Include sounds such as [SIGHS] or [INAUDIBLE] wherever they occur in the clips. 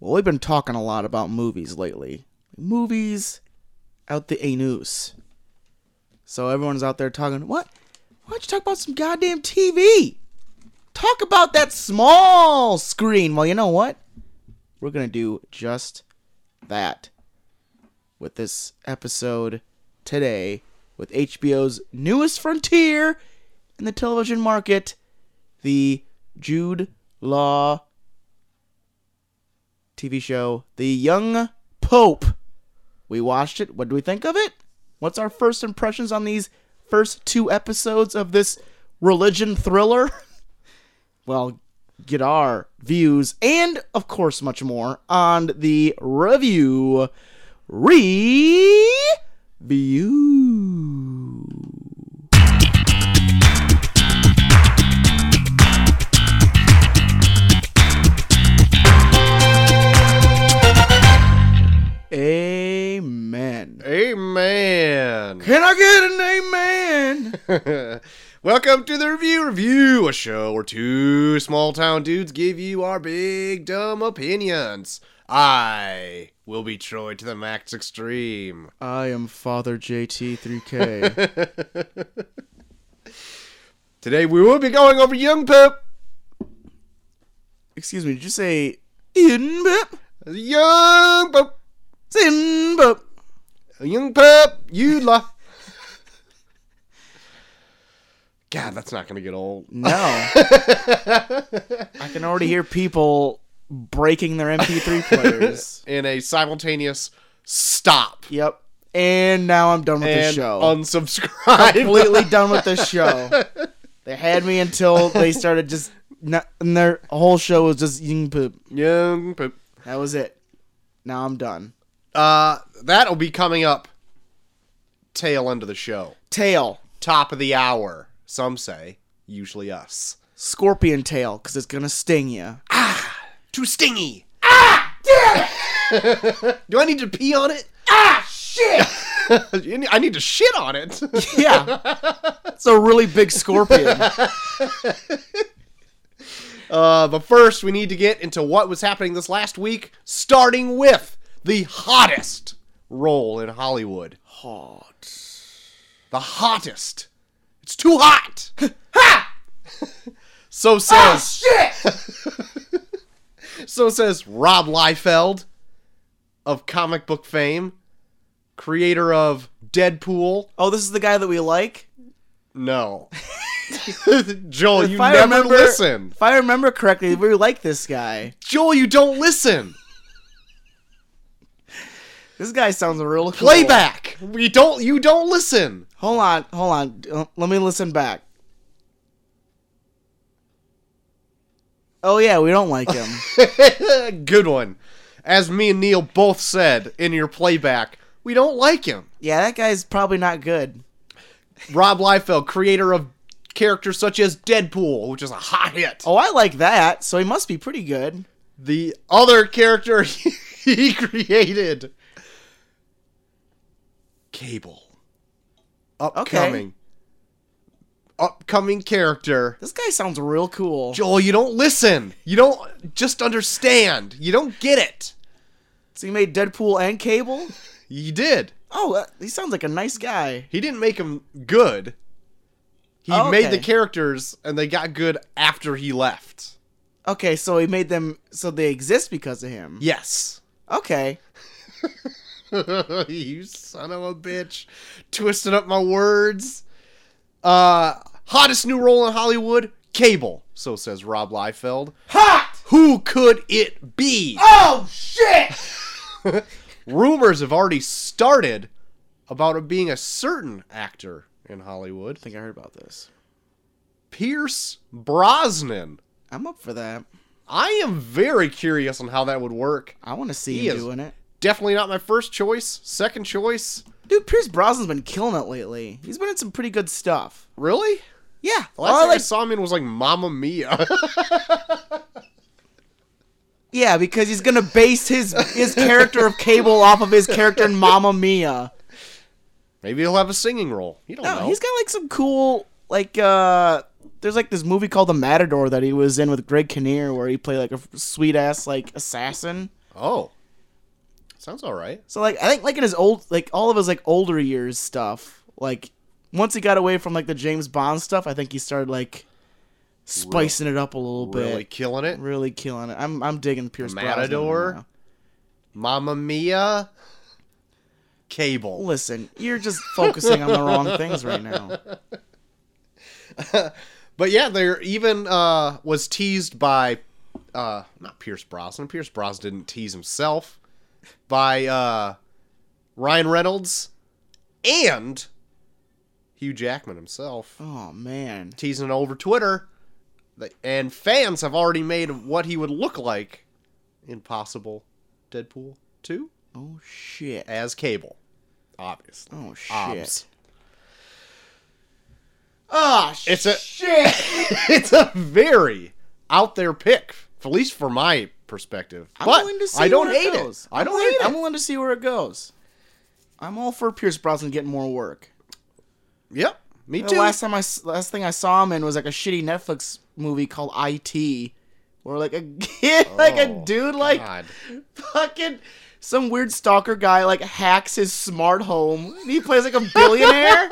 Well, we've been talking a lot about movies lately. Movies out the anus. So everyone's out there talking, what? Why don't you talk about some goddamn TV? Talk about that small screen. Well, you know what? We're going to do just that with this episode today with HBO's newest frontier in the television market, the Jude Law TV show, The Young Pope. We watched it. What do we think of it? What's our first impressions on these first two episodes of this religion thriller? [LAUGHS] well, get our views and, of course, much more on the review review. Amen. Amen. [LAUGHS] Can I get an amen? Welcome to the Review Review, a show where two small town dudes give you our big dumb opinions. I will be Troy to the max extreme. I am Father JT3K. Today we will be going over Young Pope. Excuse me, did you say in bip? Young Pope. Sin bip. Young Pope. You love. God, that's not going to get old. No. [LAUGHS] I can already hear people breaking their [LAUGHS] MP3 players. In a simultaneous stop yep. And now I'm done with the and show. unsubscribe. Completely done with the show. They had me until they started just. Not, and their whole show was just ying poop. [LAUGHS] Young Pope. That was it. Now I'm done. Uh, that'll be coming up tail end of the show. Tail. Top of the hour, some say. Usually us. Scorpion tail, because it's going to sting you. Too stingy. Ah! [LAUGHS] Do I need to pee on it? [LAUGHS] Ah, shit! You need- I need to shit on [LAUGHS] it. Yeah. It's a really big scorpion. [LAUGHS] uh, but first, we need to get into what was happening this last week, starting with the hottest role in Hollywood. Hot. The hottest. It's too hot. [LAUGHS] Ha! Oh, so says. [LAUGHS] so says Rob Liefeld of comic book fame, creator of Deadpool. Oh, this is the guy that we like. [LAUGHS] No. [LAUGHS] Joel, you If I never remember- listen. If I remember correctly, we like this guy. Joel, you don't listen. This guy sounds real cool. Playback. We don't you don't listen. [LAUGHS] Hold on, hold on. Uh, Let me listen back. Oh yeah, we don't like [LAUGHS] him. Good one. As me and Neil both said in your playback, we don't like him. yeah, that guy's probably not good. Rob Liefeld, creator of characters such as Deadpool, which is a hot hit. Oh, I like that, so he must be pretty good. The other character [LAUGHS] he created, Cable. Upcoming. Upcoming character. This guy sounds real cool. Joel, you don't listen. You don't just understand. You don't get it. so he made Deadpool and Cable. He did. Oh, uh, he sounds like a nice guy. He didn't make him good. He Oh, made okay. the characters and they got good after he left. Okay, so he made them so they exist because of him. Yes. [LAUGHS] Okay. you son of a bitch. Twisting up my words. Uh hottest new role in Hollywood, Cable, so says Rob Liefeld. Hot. Who could it be? Oh shit. Rumors have already started about it being a certain actor in Hollywood. I think I heard about this. Pierce Brosnan. I'm up for that. I am very curious on how that would work. I want to see He him is- doing it. Definitely not my first choice. Second choice. Dude, Pierce Brosnan's been killing it lately. He's been in some pretty good stuff. Really? Yeah. The last Oh, I thing I like- saw him in was like Mamma Mia. [LAUGHS] yeah, because he's gonna base his his character of Cable off of his character in Mamma Mia. Maybe he'll have a singing role. You don't No, know. Oh, he's got like some cool like uh there's like this movie called The Matador that he was in with Greg Kinnear where he played like a sweet ass like assassin. Oh, sounds all right. So like I think like in his old like all of his like older years stuff, like once he got away from like the James Bond stuff, I think he started like spicing it up a little Really bit. killing it. Really killing it. I'm I'm digging Pierce Brosnan Matador? now. Mamma Mia. Cable. Listen, you're just focusing on the wrong things right [LAUGHS] now. But yeah, there even uh, was teased by uh, not Pierce Brosnan. Pierce Brosnan didn't tease himself by uh, Ryan Reynolds and Hugh Jackman himself Oh man. teasing over Twitter, They- and fans have already made what he would look like in possible Deadpool two Oh shit. as Cable, obviously. Oh shit. Obs. Oh It's a- shit. [LAUGHS] it's a very out there pick, at least for my perspective. I'm but willing to see I don't where it hate goes. it. I I'm don't willing- hate I'm it. willing to see where it goes. I'm all for Pierce Brosnan getting more work. Yep, me The too. last time I s- last thing I saw him in was like a shitty Netflix movie called IT, where like a [LAUGHS] kid, like a Oh, dude, like God. [LAUGHS] fucking some weird stalker guy, like hacks his smart home. And he plays like a billionaire.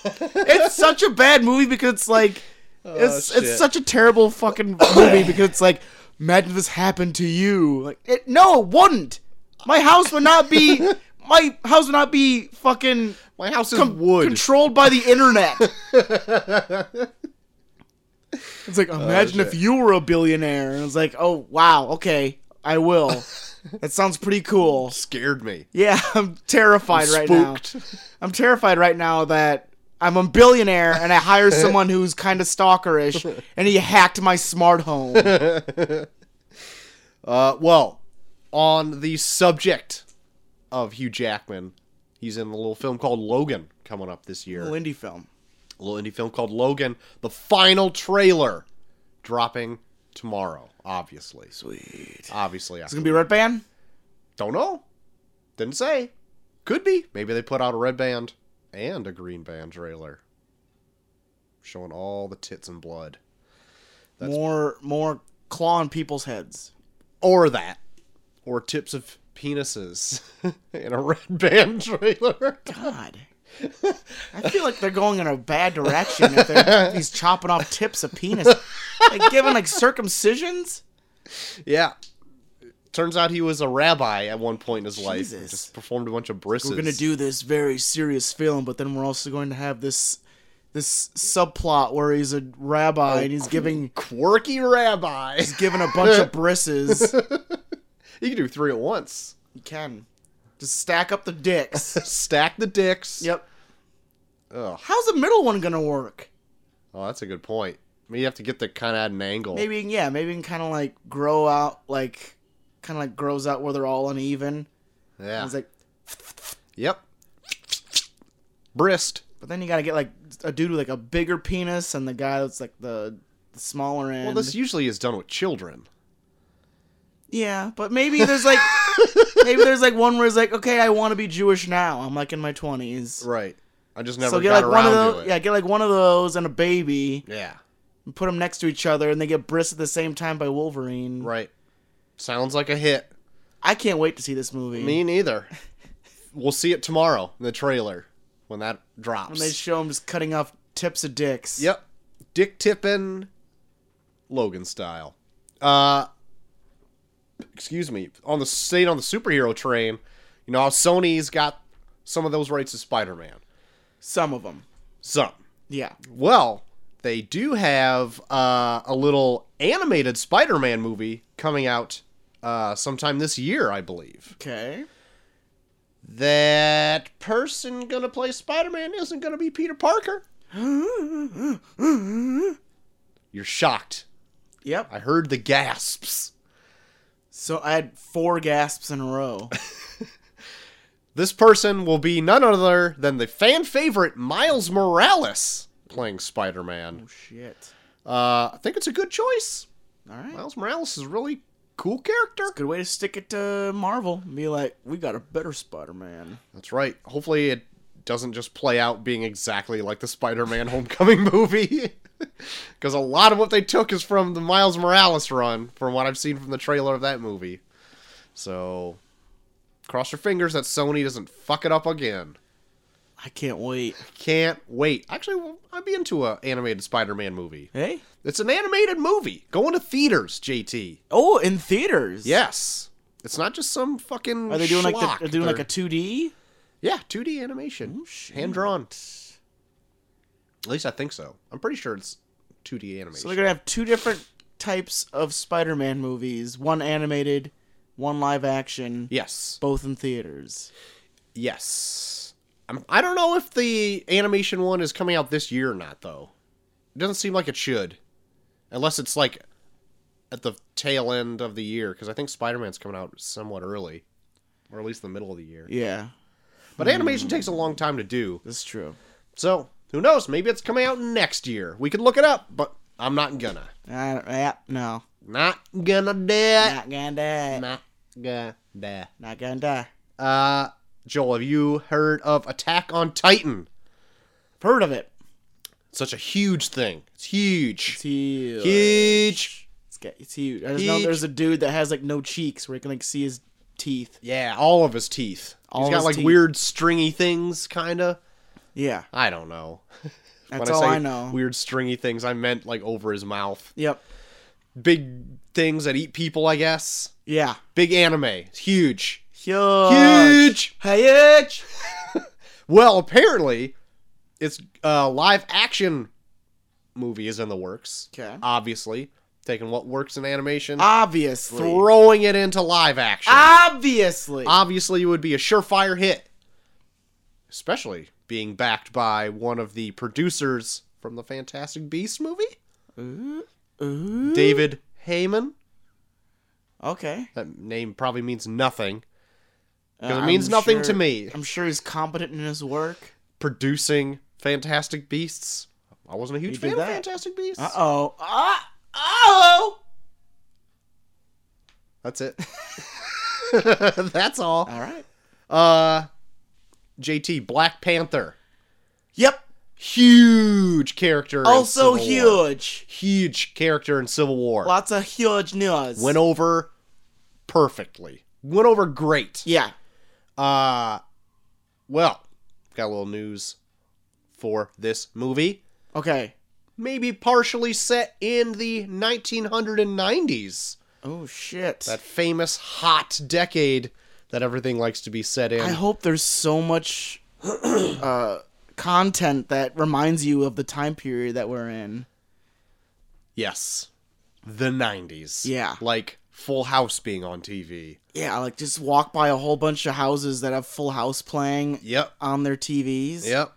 it's such a bad movie because it's like it's it's shit. such a terrible fucking movie because it's like imagine if this happened to you. Like it, no, it wouldn't. My house would not be. My house would not be fucking my house is com- wood. controlled by the internet. [LAUGHS] it's like imagine if shit. you were a billionaire. And it's like, oh wow, okay, I [LAUGHS] will. that sounds pretty cool. Scared me. Yeah, [LAUGHS] I'm terrified right now. Spooked. I'm terrified right now that I'm a billionaire and I hire someone who's kind of stalkerish and he hacked my smart home. [LAUGHS] Uh, well, on the subject of Hugh Jackman, he's in a little film called Logan coming up this year. Lindy film. a little indie film called Logan. The final trailer dropping tomorrow. Obviously, Sweet. obviously. It's gonna be a red band. Don't know. Didn't say. Could be. Maybe they put out a red band and a green band trailer. Showing all the tits and blood. That's- More more claw on people's heads. Or that. Or tips of penises [LAUGHS] in a red band trailer. God. I feel like they're going in a bad direction if [LAUGHS] they're, he's chopping off tips of penis. Like giving like circumcisions? yeah. Turns out he was a rabbi at one point in his life. and Jesus. Just performed a bunch of brisses. We're gonna do this very serious film, but then we're also going to have this this subplot where he's a rabbi and he's giving [LAUGHS] quirky rabbi. giving a bunch of [LAUGHS] brisses. you can do three at once. You can. Just stack up the [LAUGHS] dicks. Stack the dicks. Yep. Ugh. How's the middle one gonna work? Oh, that's a good point. I mean, you have to get the kind of at an angle. Maybe yeah, maybe it can kinda like grow out like kinda like grows out where they're all uneven. Yeah. It's like Yep. Brist. But then you gotta get like a dude with like a bigger penis and the guy that's like the, the smaller end. Well, this usually is done with children. yeah, but maybe there's [LAUGHS] like maybe there's like one where it's like, okay, I want to be Jewish now. I'm like in my twenties. Right. I just never So get got like around one of those. to Yeah, it. get like one of those and a baby, Yeah. and put them next to each other, and they get brisked at the same time by Wolverine. Right. Sounds like a hit. I can't wait to see this movie. Me [LAUGHS] neither. we'll see it tomorrow in the trailer when that drops. When they show him just cutting off tips of dicks. Yep. Dick Tippin, Logan style. Uh, excuse me. On the staying on the superhero train, you know how Sony's got some of those rights to Spider-Man. Some of them. Some. Yeah. Well, they do have uh, a little animated Spider-Man movie coming out uh, sometime this year, I believe. Okay. That person gonna play Spider-Man isn't gonna be Peter Parker. You're shocked. Yep. I heard the gasps. So I had four gasps in a [LAUGHS] row. Oh, This person will be none other than the fan favorite Miles Morales playing Spider Man. oh shit. Uh, I think it's a good choice. All right. Miles Morales is a really cool character. Good way to stick it to Marvel. and Be like, we got a better Spider-Man. That's right. Hopefully, it doesn't just play out being exactly like the Spider Man Homecoming [LAUGHS] movie. Because a lot of what they took is from the Miles Morales run, from what I've seen from the trailer of that movie. So, cross your fingers that Sony doesn't fuck it up again. I can't wait. Can't wait. Actually, well, I'd be into a animated Spider-Man movie. Hey? It's an animated movie going to theaters. JT. Oh, in theaters. Yes. It's not just some fucking. Are they doing like schlock. the, are they doing like a They're- Oh, 2D? Yeah, 2D animation. Hand drawn. At least I think so. I'm pretty sure it's 2D animation. So they're gonna have two different types of Spider-Man movies: one animated, one live action, yes. both in theaters. Yes. I'm, I don't know if the animation one is coming out this year or not, though. It doesn't seem like it should. Unless it's like at the tail end of the year, because I think Spider Man's coming out somewhat early. Or at least the middle of the year. Yeah, But animation takes a long time to do. that's true. So, who knows? Maybe it's coming out next year. We could look it up, but I'm not gonna. I don't- yeah, no, Not gonna do it. not gonna die. Not gonna. Not gonna die. Uh, Joel, have you heard of Attack on Titan? Heard of it? Such a huge thing. It's huge. It's huge. Huge. It's, got- it's huge. I just know Huge. there's a dude that has like no cheeks where you can like see his teeth. Yeah, all of his teeth. All He's got his like teeth. weird stringy things, kinda. Yeah, I don't know. that's all say I know. Weird stringy things. I meant like over his mouth. Yep. Big things that eat people, I guess. Yeah. Big anime. It's huge. Huge. Huge. Huge. [LAUGHS] Well, apparently, it's uh, live action movie is in the works. Okay. Obviously, taking what works in animation, Obviously. throwing it into live action. Obviously. Obviously, it would be a surefire hit, especially being backed by one of the producers from the Fantastic Beasts movie, Ooh. David Heyman. Okay. That name probably means nothing Uh, because it means I'm nothing to sure- me. I'm sure he's competent in his work. Producing Fantastic Beasts. I wasn't a huge did fan of that. Fantastic Beasts. Uh oh. Uh oh. That's it. [LAUGHS] That's all. All right. Uh JT Black Panther. Yep. Huge character. in Also Civil War. huge. Huge character in Civil War. Lots of huge news. Went over perfectly. Went over great. yeah. Uh well, got a little news for this movie. Okay. Maybe partially set in the 1990s. Oh shit. That famous hot decade that everything likes to be set in. I hope there's so much [CLEARS THROAT] uh, content that reminds you of the time period that we're in. Yes. The 90s. Yeah. Like Full House being on TV. Yeah, like just walk by a whole bunch of houses that have Full House playing Yep. on their TVs. Yep.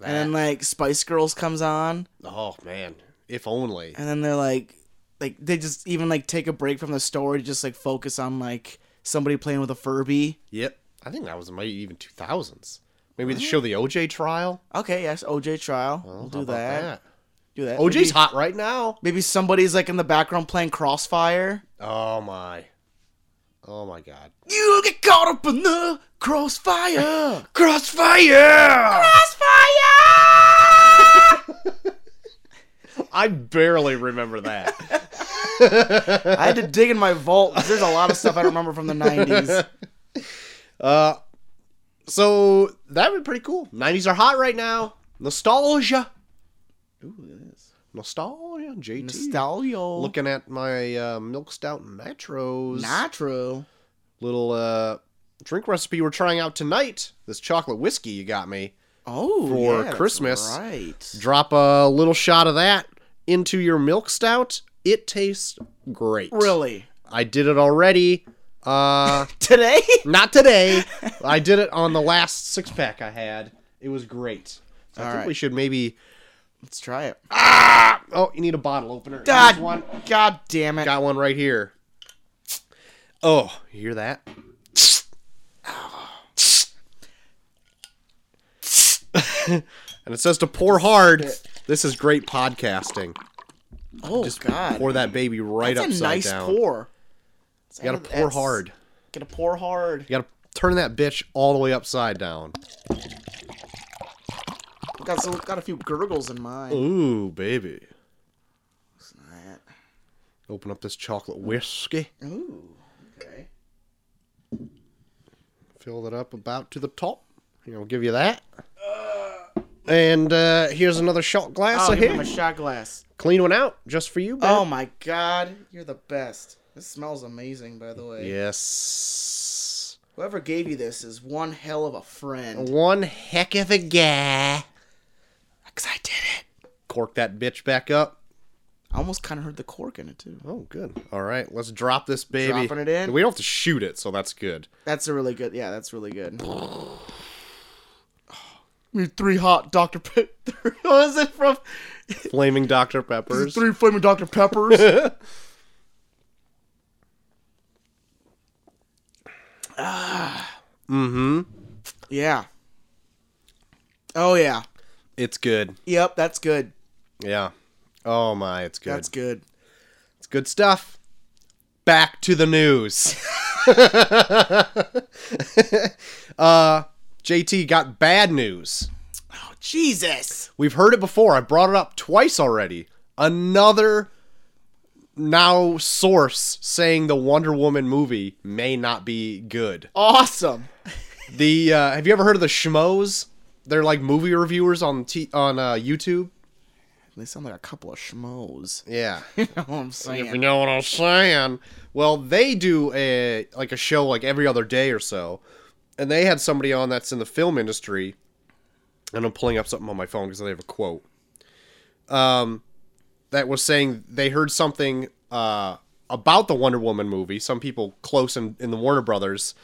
And then like Spice Girls comes on. oh man, if only. and then they're like like they just even like take a break from the story to just like focus on like somebody playing with a furby Yep. I think that was maybe even 2000s. Maybe they show the OJ trial. okay yes oj trial we'll Oh, How do about that. do that OJ's maybe, hot right now. maybe somebody's like in the background playing crossfire Oh my. Oh my god. you get caught up in the [LAUGHS] crossfire Crossfire! [LAUGHS] crossfire I barely remember that. i had to dig in my vault 'cause there's a lot of stuff i don't remember from the [LAUGHS] 90s so that would be pretty cool. 90s are hot right now. Nostalgia. Ooh, it is. Nostalgia, JT. nostalgia looking at my uh, milk stout nitros not true little uh, drink recipe we're trying out tonight this chocolate whiskey you got me oh For yeah, that's Christmas. right drop a little shot of that into your milk stout it tastes great really i did it already uh [LAUGHS] [LAUGHS] today not today i did it on the last six pack i had it was great so i All think right. we should maybe let's try it oh you need a bottle opener God, Here's one God damn it. got one right here oh you hear that [LAUGHS] and it says to pour hard. This is great podcasting. oh, God. Pour that baby right That's upside a nice down. pour. You gotta pour That's- hard. Gotta pour hard. You gotta turn that bitch all the way upside down. Got, so, got a few gurgles in mine. Ooh, baby. Open up this chocolate whiskey. Ooh, okay. fill that up about to the top. You know, give you that. And uh, here's another shot glass Oh, of give him here. a shot glass. Clean one out just for you, Ben. Oh my god, you're the best. This smells amazing, by the way. Yes. Whoever gave you this is one hell of a friend. One heck of a guy. Cause I did it. Cork that bitch back up. I almost kind of heard the cork in it too. Oh, good. All right, let's drop this baby. Dropping it in? We don't have to shoot it, so that's good. That's a really good. Yeah, that's really good. We [SIGHS] need three hot Dr. [LAUGHS] Pepper. what is it from? Flaming Dr. Peppers. Three flaming Dr. [LAUGHS] Peppers. [SIGHS] Mm-hmm. yeah. Oh yeah. It's good. Yep, that's good. Yeah. Oh my, it's good. That's good. It's good stuff. Back to the [LAUGHS] news. uh, JT got bad news. Oh Jesus. We've heard it before. I brought it up twice already. Another now source saying the Wonder Woman movie may not be good. Awesome. The uh, have you ever heard of the Schmoes? They're like movie reviewers on t- on uh, YouTube. They sound like a couple of schmoes. Yeah. [LAUGHS] You know what I'm If you saying? know what I'm saying. Well, they do a like a show like every other day or so, and they had somebody on that's in the film industry. And I'm pulling up something on my phone because they have a quote. Um, that was saying they heard something uh about the Wonder Woman movie. Some people close in, in the Warner Brothers.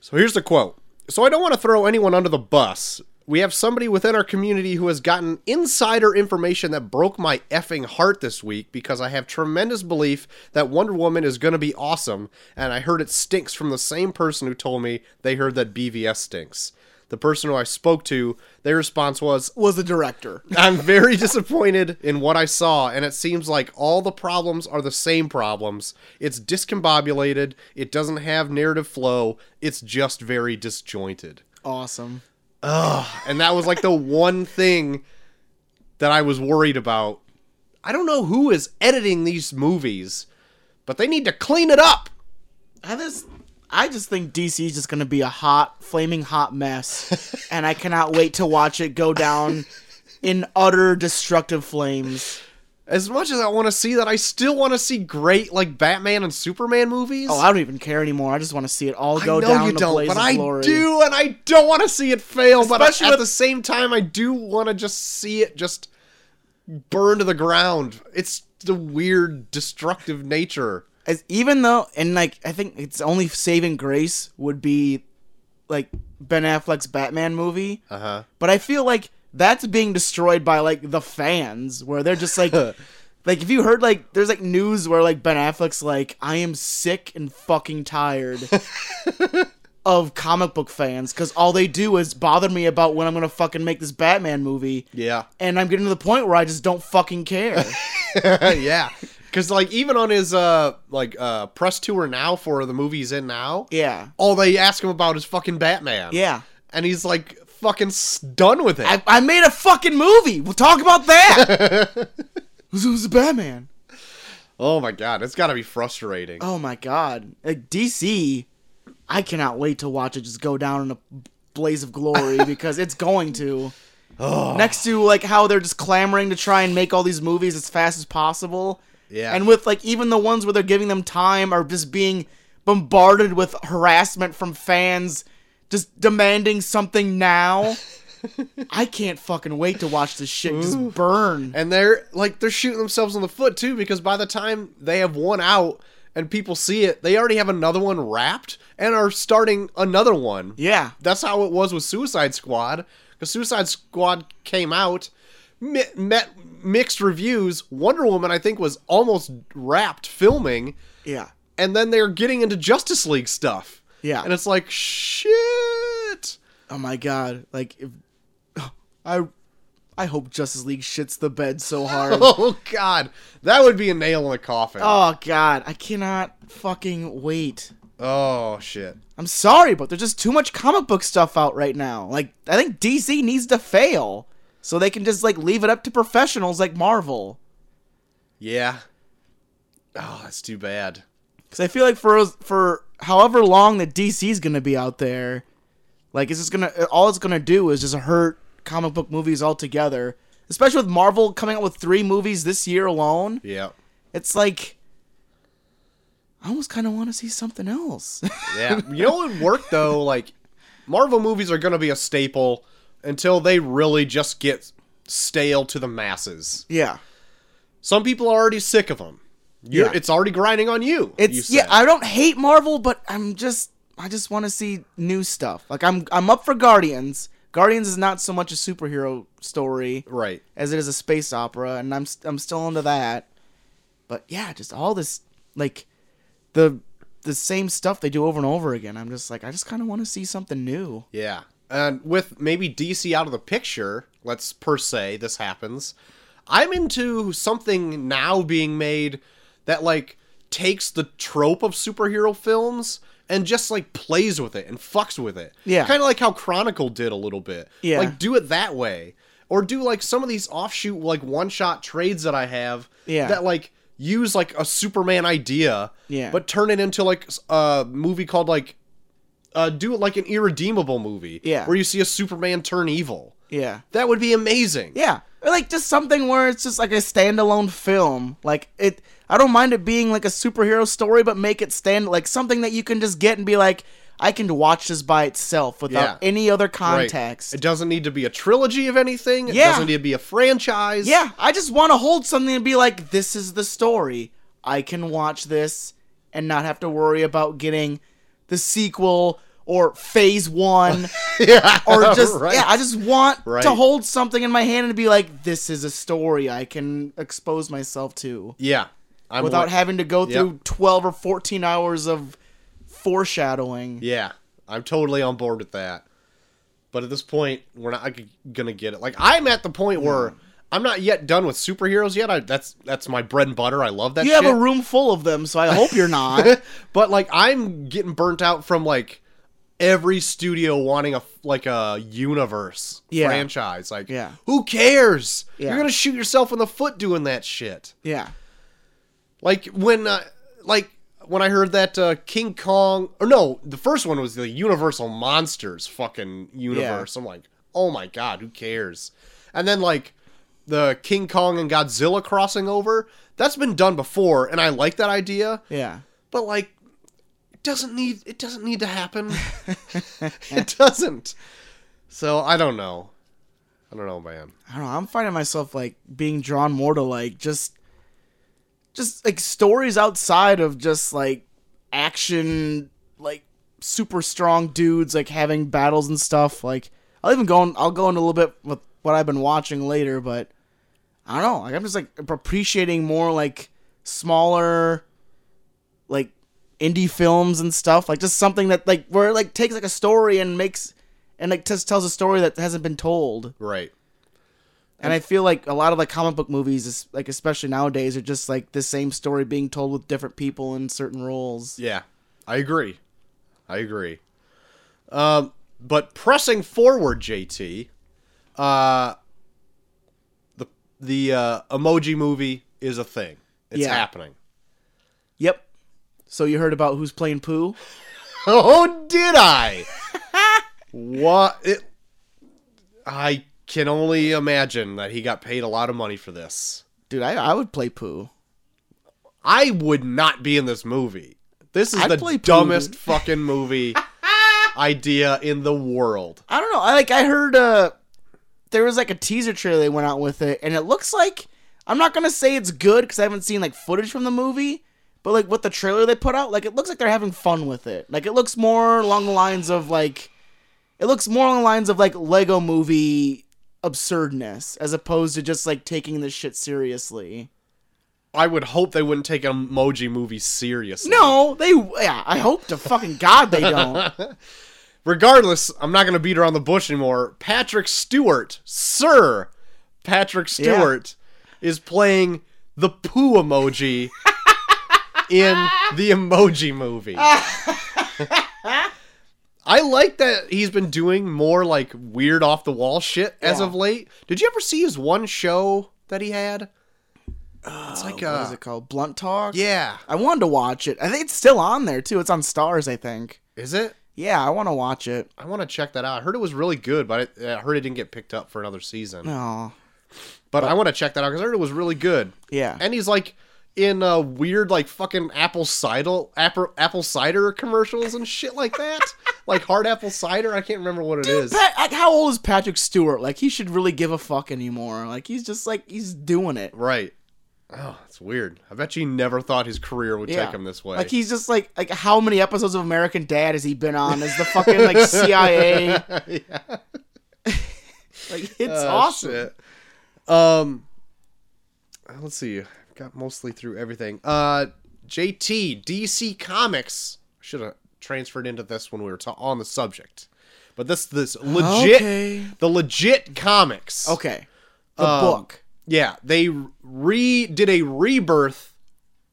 So here's the quote. So I don't want to throw anyone under the bus. We have somebody within our community who has gotten insider information that broke my effing heart this week because I have tremendous belief that Wonder Woman is going to be awesome, and I heard it stinks from the same person who told me they heard that BVS stinks. The person who I spoke to, their response was, Was the director. I'm very [LAUGHS] disappointed in what I saw, and it seems like all the problems are the same problems. It's discombobulated, it doesn't have narrative flow, it's just very disjointed. Awesome. And that was [LAUGHS] like the one thing that I was worried about. I don't know who is editing these movies, but they need to clean it up. I just, I just think DC is just gonna be a hot, flaming hot [LAUGHS] mess, and I cannot wait to watch it go down in utter destructive flames. As much as I want to see that, I still want to see great like Batman and Superman movies. Oh, I don't even care anymore. I just want to see it all go I know down you the don't, blaze but of I glory. do, and I don't want to see it fail. Especially but at with- the same time, I do want to just see it just burn to the ground. It's the weird destructive nature. As, even though, and like, I think its only saving grace would be like Ben Affleck's Batman movie. Uh huh. But I feel like that's being destroyed by like the fans, where they're just like, like if you heard like there's like news where like Ben Affleck's like, I am sick and fucking tired of comic book fans because all they do is bother me about when I'm gonna fucking make this Batman movie, [LAUGHS] Yeah. and I'm getting to the point where I just don't fucking care. [LAUGHS] yeah. Because like even on his uh like uh press tour now for the movie he's in now, yeah, all they ask him about is fucking Batman. yeah. And he's like fucking s- done with it. I, I made a fucking movie. We'll talk about that. who's, who's the Batman? oh my god, it's got to be frustrating. Oh my god. Like DC, I cannot wait to watch it just go down in a blaze of glory [LAUGHS] because it's going to. Next to like how they're just clamoring to try and make all these movies as fast as possible. Yeah. And with like even the ones where they're giving them time are just being bombarded with harassment from fans just demanding something [LAUGHS] now. I can't fucking wait to watch this shit just burn. and they're like they're shooting themselves in the foot too because by the time they have one out and people see it they already have another one wrapped and are starting another one Yeah. that's how it was with suicide squad because suicide squad came out mi- met mixed reviews wonder woman i think was almost wrapped filming Yeah. and then they're getting into justice league stuff Yeah. and it's like shit [LAUGHS] Oh my god! Like, if, [SIGHS] I, I hope Justice League shits the bed so hard. [LAUGHS] oh god that would be a nail in the coffin oh god, I cannot fucking wait. oh shit I'm sorry, but there's just too much comic book stuff out right now. Like, I think DC needs to fail so they can just like leave it up to professionals like Marvel. Yeah. Oh, that's too bad. Because I feel like for for however long that DC's gonna be out there, Like, it's just gonna all it's gonna do is just hurt comic book movies altogether. Especially with Marvel coming out with three movies this year alone, Yeah. it's like I almost kind of want to see something else. [LAUGHS] Yeah. you know what would work though? Like Marvel movies are gonna be a staple until they really just get stale to the masses. yeah, Some people are already sick of them. You're, Yeah. It's already grinding on you. you it's yeah. said. I don't hate Marvel, but I'm just I just want to see new stuff. Like I'm I'm up for Guardians. Guardians is not so much a superhero story. right. as it is a space opera, and I'm st- I'm still into that. But yeah, just all this like the the same stuff they do over and over again. I'm just like I just kind of want to see something new. Yeah. And with maybe DC out of the picture, let's per se, this happens. I'm into something now being made that, like, takes the trope of superhero films and just, like, plays with it and fucks with it. Yeah. Kind of like how Chronicle did a little bit. Yeah. Like, do it that way. Or do, like, some of these offshoot, like, one shot trades that I have Yeah. that, like, use, like, a Superman idea, Yeah. but turn it into, like, s- a movie called, like, uh, do it like an irredeemable movie. Yeah. Where you see a Superman turn evil. Yeah, That would be amazing. yeah, or like just something where it's just like a standalone film. Like it, I don't mind it being like a superhero story, but make it stand like something that you can just get and be like. I can watch this by itself without Yeah. any other Right. context. It doesn't need to be a trilogy of anything. It Yeah. doesn't need to be a franchise. Yeah, I just want to hold something and be like, this is the story. I can watch this and not have to worry about getting the sequel or phase [LAUGHS] one [LAUGHS] yeah. or just right. yeah. I just want Right. to hold something in my hand and be like, this is a story I can expose myself to Yeah. I'm without with- having to go Yep. through twelve or fourteen hours of foreshadowing. Yeah. I'm totally on board with that. But at this point, we're not g- gonna get it. Like I'm at the point where I'm not yet done with superheroes yet. I that's that's my bread and butter. I love that You shit. have a room full of them, so I hope you're not. [LAUGHS] but like I'm getting burnt out from like every studio wanting a like a universe Yeah. franchise. Like, Yeah. who cares? Yeah. You're gonna shoot yourself in the foot doing that shit. yeah, Like when, uh, like when I heard that uh, King Kong, or no, the first one was the Universal Monsters fucking universe. I'm like, oh my god, who cares? And then like the King Kong and Godzilla crossing over, that's been done before, and I like that idea yeah. but like it doesn't need it doesn't need to happen [LAUGHS] it doesn't so i don't know i don't know man I don't know. I'm finding myself like being drawn more to like just, just like stories outside of just like action, like super strong dudes like having battles and stuff. Like I'll even go on. I'll go in a little bit with what I've been watching later, but I don't know. Like I'm just like appreciating more like smaller, like indie films and stuff. Like just something that like where it like takes like a story and makes and like just tells a story that hasn't been told. right And I feel like a lot of the comic book movies, is, like especially nowadays, are just like the same story being told with different people in certain roles. yeah i agree i agree um but pressing forward jt uh the the uh emoji movie is a thing it's Yeah. happening Yep. So you heard about who's playing Pooh? [LAUGHS] Oh, did I? what? It, I can only imagine that he got paid a lot of money for this. Dude, I, I would play Pooh. I would not be in this movie. This is I'd play the Pooh. dumbest fucking movie idea in the world. I don't know. I like I heard uh there was like a teaser trailer they went out with it, and it looks like I'm not gonna say it's good because I haven't seen like footage from the movie, but like with the trailer they put out, like it looks like they're having fun with it. Like it looks more along the lines of like it looks more along the lines of like Lego movie absurdness as opposed to just like taking this shit seriously. I would hope they wouldn't take an emoji movie seriously. No, they yeah, I hope to fucking god they don't. Regardless, I'm not going to beat around the bush anymore. Patrick Stewart, sir, Patrick Stewart is playing the [LAUGHS] poo emoji in the emoji movie. I like that he's been doing more like weird off the wall shit as Yeah. of late. Did you ever see his one show that he had? It's like Oh, What is uh it called? Blunt Talk? yeah, I wanted to watch it. I think it's still on there too. It's on Stars, I think. is it? Yeah, I want to watch it. I want to check that out. I heard it was really good, but I, I heard it didn't get picked up for another season. No. But, I want to check that out because I heard it was really good. Yeah. And he's like in uh, weird like fucking apple cider apple, apple cider commercials and shit like that. [LAUGHS] like hard apple cider. I can't remember what it is. Pat, like, how old is Patrick Stewart? Like, he should really give a fuck anymore. Like, he's just like he's doing it. Right. Oh, that's weird. I bet you never thought his career would take him this way. Like he's just like like how many episodes of American Dad has he been on as the fucking [LAUGHS] like CIA? yeah. Like it's Oh, awesome. shit. Um, let's see. I got mostly through everything. Uh, JT DC Comics should have transferred into this when we were ta- on the subject, but this this legit Okay. the legit comics. Okay. The Um, book. Yeah, they re did a rebirth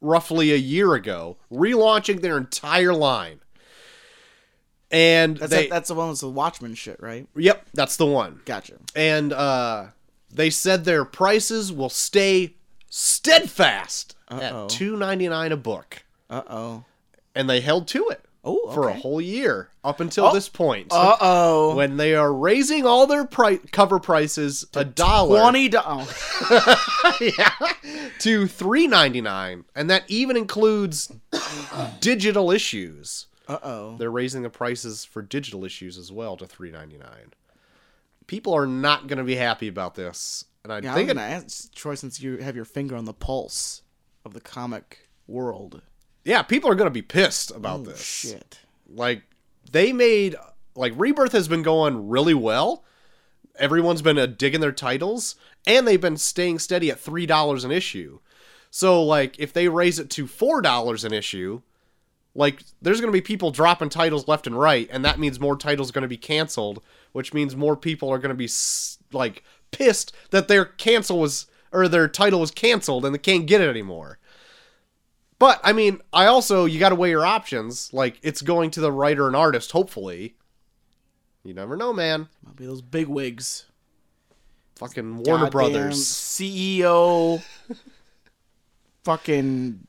roughly a year ago, relaunching their entire line. And That's they, that- that's the one with the Watchmen shit, right? yep, that's the one Gotcha. and uh, they said their prices will stay steadfast Uh-oh. at two ninety nine a book, Uh oh. and they held to it Oh, for a okay. whole year up until this point, Uh oh. when they are raising all their pri- cover prices a dollar Twenty dollars. [LAUGHS] yeah, to three ninety nine, and that even includes [COUGHS] digital issues. Uh oh. They're raising the prices for digital issues as well to three ninety nine. People are not going to be happy about this, and I Yeah, I was think it- gonna ask Troy since you have your finger on the pulse of the comic world. yeah, people are gonna be pissed about this. Oh, Shit. Like they made like Rebirth has been going really well. Everyone's been uh, digging their titles, and they've been staying steady at three dollars an issue. So like if they raise it to four dollars an issue, like there's gonna be people dropping titles left and right, and that means more titles are gonna be canceled, which means more people are gonna be s- like pissed that their cancel was or their title was canceled and they can't get it anymore. But I mean, I also you got to weigh your options. Like it's going to the writer and artist. Hopefully, you never know, man. Might be those big wigs. Fucking Goddamn Warner Brothers E [LAUGHS] CEO. fucking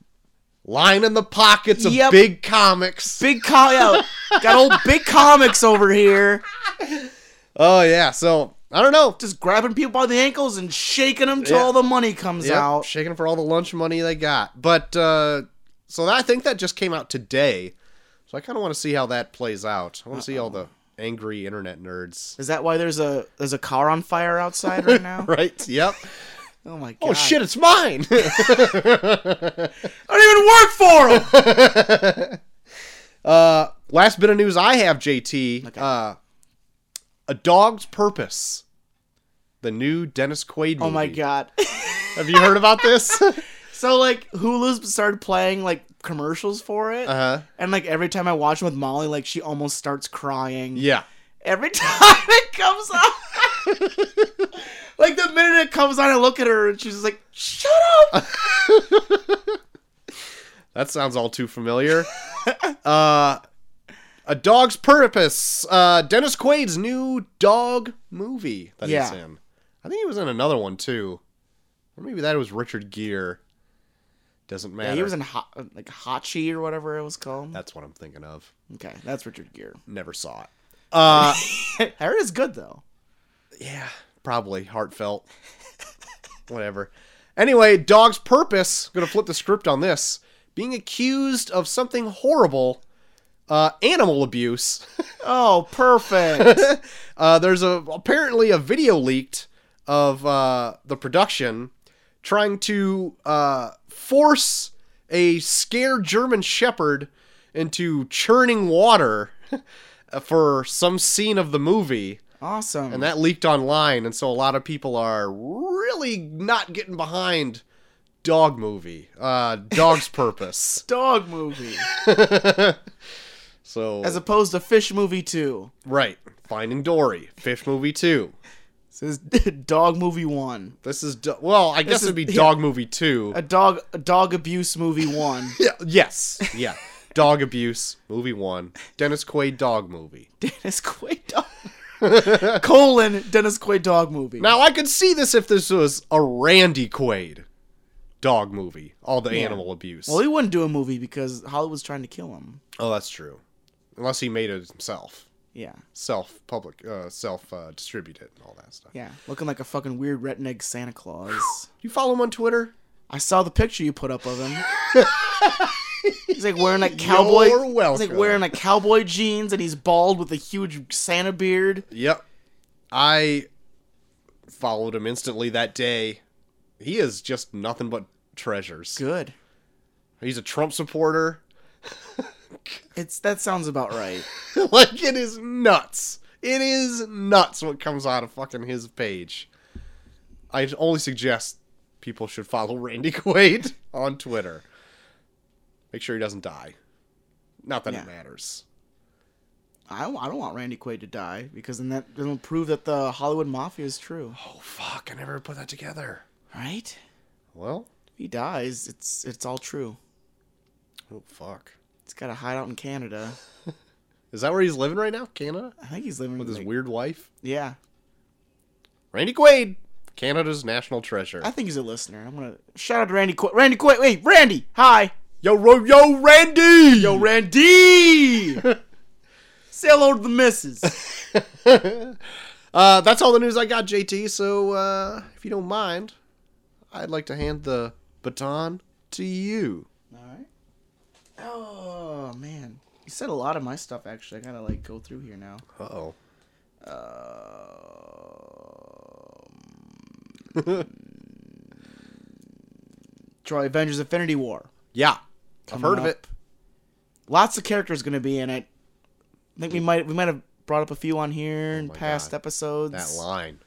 line in the pockets of Yep. big comics. big com. yeah, got old big comics over here, oh yeah, so I don't know. just grabbing people by the ankles and shaking them till Yeah. all the money comes Yep, out. shaking for all the lunch money they got. But uh, so I think that just came out today. So I kind of want to see how that plays out. I want to see all the angry internet nerds. Is that why there's a there's a car on fire outside right now? [LAUGHS] Right? Yep. Oh my god! oh shit, it's mine. [LAUGHS] I don't even work [LAUGHS] for him. Uh, last bit of news I have, JT. Uh, a dog's purpose. The new Dennis Quaid movie. oh my god! [LAUGHS] Have you heard about this? uh so like Hulu's started playing like commercials for it, huh. and like every time I watch them with Molly, like she almost starts crying. Yeah. Every [LAUGHS] time it comes on. Like the minute it comes on, I look at her and she's just like, "Shut [LAUGHS] up!" That sounds all too familiar. uh, a dog's purpose. Uh, Dennis Quaid's new dog movie that Yeah. he's in. I think he was in another one too, or maybe that was Richard Gere. Doesn't matter. Yeah, he was in hot, like Hachi or whatever it was called. That's what I'm thinking of. Okay, that's Richard Gere. Never saw it. Uh, Harry is good though. Yeah, probably heartfelt. [LAUGHS] Whatever. Anyway, dog's purpose. Gonna flip the script on this. Being accused of something horrible, uh, animal abuse. [LAUGHS] Oh, perfect. uh, there's a apparently a video leaked of uh, the production trying to uh, force a scared German Shepherd into churning water [LAUGHS] for some scene of the movie. awesome. And that leaked online, and so a lot of people are really not getting behind dog movie, [LAUGHS] uh, dog's purpose. dog movie, So as opposed to fish movie two. right, Finding Dory, Fish movie two. This is [LAUGHS] dog movie one. This is do- well, I guess is- it'd be yeah. dog movie two. A dog, a dog abuse movie [LAUGHS] one. yeah, yes, yeah, dog abuse movie one. Dennis Quaid dog movie. Dennis Quaid dog. [LAUGHS] colon Dennis Quaid dog movie. Now I could see this if this was a Randy Quaid dog movie, all the animal abuse. well, he wouldn't do a movie because Hollywood's trying to kill him. oh, that's true. unless he made it himself, Yeah. self public, uh, self uh, distribute it and all that stuff. Yeah. Looking like a fucking weird redneck Santa Claus. You follow him on Twitter? I saw the picture you put up of him. [LAUGHS] he's like wearing a cowboy. You're He's like welcome. wearing a cowboy jeans and he's bald with a huge Santa beard. Yep. I followed him instantly that day. He is just nothing but treasures. Good. He's a Trump supporter. [LAUGHS] It's that sounds about right. like it is nuts. It is nuts what comes out of fucking his page. I only suggest people should follow [LAUGHS] Randy Quaid on Twitter. Make sure he doesn't die. Not that Yeah. it matters. I, I don't want Randy Quaid to die because then that will prove that the Hollywood Mafia is true, Oh fuck, I never put that together. right? Well, If he dies, it's it's all true. oh fuck. He's got to hide out in Canada. Is that where he's living right now? Canada? I think he's living With his like- weird wife? Yeah, Randy Quaid, Canada's national treasure. I think he's a listener. I'm gonna shout out to Randy Quaid. Randy Quaid. Wait, Randy. Hi. Yo, yo, yo, Randy! Yo, [LAUGHS] Randy. Say hello to the missus. Uh, that's all the news I got, JT. So uh, if you don't mind, I'd like to hand the baton to you. All right. Oh man, you said a lot of my stuff. Actually, I gotta like go through here now. Uh oh. Troy Avengers: Infinity War. Yeah, I've heard of up. it. Lots of characters gonna be in it. I think we might we might have brought up a few on here in Oh my past God. episodes. That line.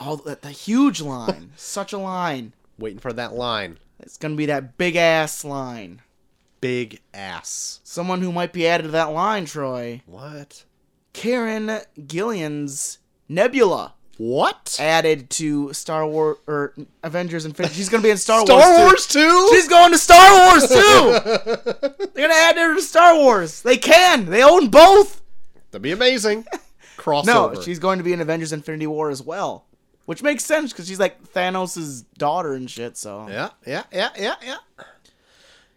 Oh, the, the huge line. [LAUGHS] Such a line. Waiting for that line. It's gonna be that big ass line. Big ass. Someone who might be added to that line, Troy. What? Karen Gillian's Nebula What? added to Star Wars or Avengers Infinity. She's gonna be in Star, Star Wars. too. Wars Two. She's going to Star Wars too. They're gonna add her to Star Wars. They can. They own both. That'd be amazing. [LAUGHS] Crossover. No, she's going to be in Avengers Infinity War as well, which makes sense because she's like Thanos' daughter and shit. So Yeah, yeah, yeah, yeah, yeah.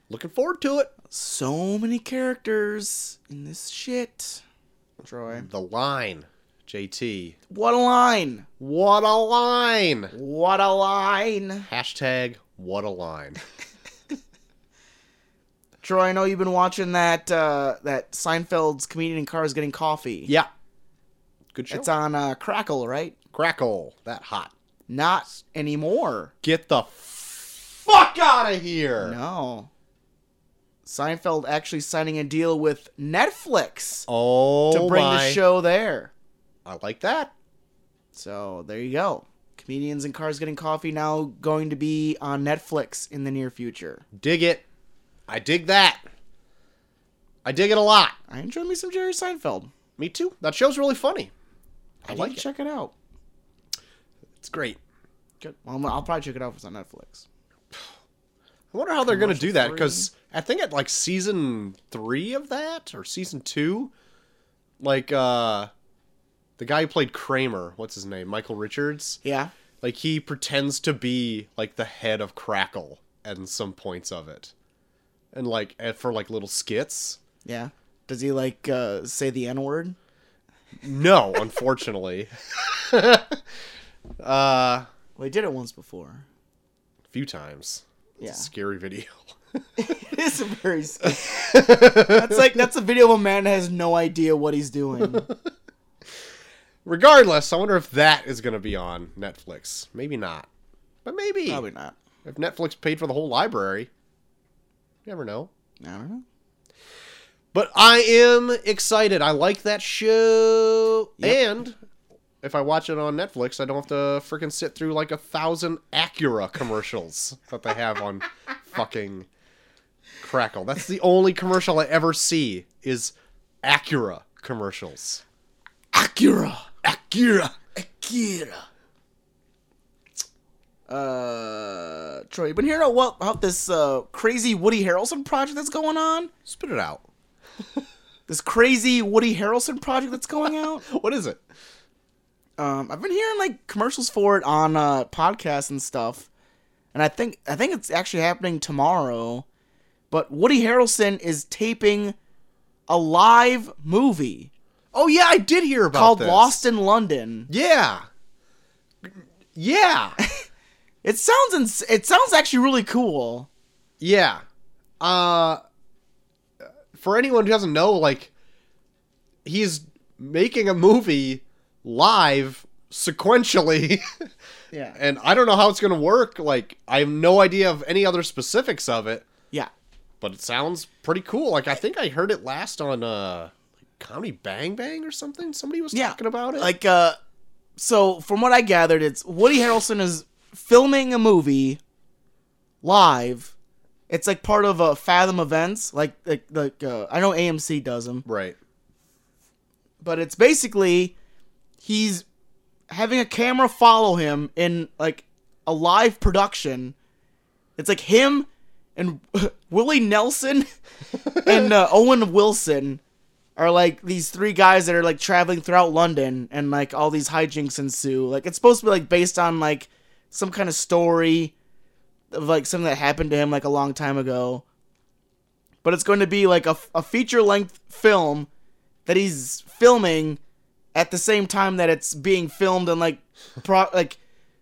Looking forward to it. so many characters in this shit. Troy, The line, JT. what a line! What a line. What a line! Hashtag what [LAUGHS] a line. Troy, I know you've been watching that uh, that Seinfeld's comedian in cars getting coffee. Yeah. Good show. it's on uh, Crackle, right? Crackle. That hot. Not anymore. Get the fuck out of here. No. Seinfeld actually signing a deal with Netflix Oh to bring my. the show there. I like that. So there you go. Comedians in Cars Getting Coffee now going to be on Netflix in the near future. Dig it. I dig that. I dig it a lot. I enjoy me some Jerry Seinfeld. Me too. That show's really funny. I, I need like to it. check it out. It's great. Good. Well, I'm- I'll probably check it out if it's on Netflix. I wonder how they're going to Commercial do that free. because I think at like season three of that or season two, like uh, the guy who played Kramer, what's his name, Michael Richards, Yeah. like he pretends to be like the head of Crackle at some points of it, and like and for like little skits. Yeah. Does he like uh, say the N word? No, [LAUGHS] unfortunately. uh, a Well, he did it once before. few times. It's Yeah. a scary video. [LAUGHS] [LAUGHS] It is a very. scary- that's like that's a video of a man that has no idea what he's doing. Regardless, I wonder if that is going to be on Netflix. Maybe not, but maybe Probably not. if Netflix paid for the whole library, you never know. I don't know. But I am excited. I like that show. And if I watch it on Netflix, I don't have to freaking sit through like a thousand Acura commercials [LAUGHS] that they have on fucking Crackle. That's the only commercial I ever see is Acura commercials. Acura. Acura. Akira. Uh, Troy, you been hearing about, what, about this uh, crazy Woody Harrelson project that's going on? Spit it out. This crazy Woody Harrelson project that's [LAUGHS] going out? What is it? um, I've been hearing like commercials for it on uh, podcasts and stuff, and I think I think it's actually happening tomorrow. But Woody Harrelson is taping a live movie Oh yeah, I did hear about called this. Lost in London. Yeah. Yeah. It sounds ins- it sounds actually really cool. Yeah. Uh for anyone who doesn't know, like he's making a movie live sequentially [LAUGHS] Yeah. and I don't know how it's going to work. Like I have no idea of any other specifics of it, Yeah. but it sounds pretty cool. Like I think I heard it last on uh Comedy Bang Bang or something. Somebody was Yeah. talking about it. Like uh so from what I gathered it's Woody Harrelson is filming a movie live. It's like part of uh, Fathom Events, like like, like uh, I know AMC does them, right. but it's basically he's having a camera follow him in like a live production. It's like him and [LAUGHS] Willie Nelson and uh, Owen Wilson are like these three guys that are like traveling throughout London and like all these hijinks ensue. Like it's supposed to be like based on like some kind of story of like something that happened to him like a long time ago. But it's going to be like a, f- a feature length film that he's filming at the same time that it's being filmed and like pro- [LAUGHS] like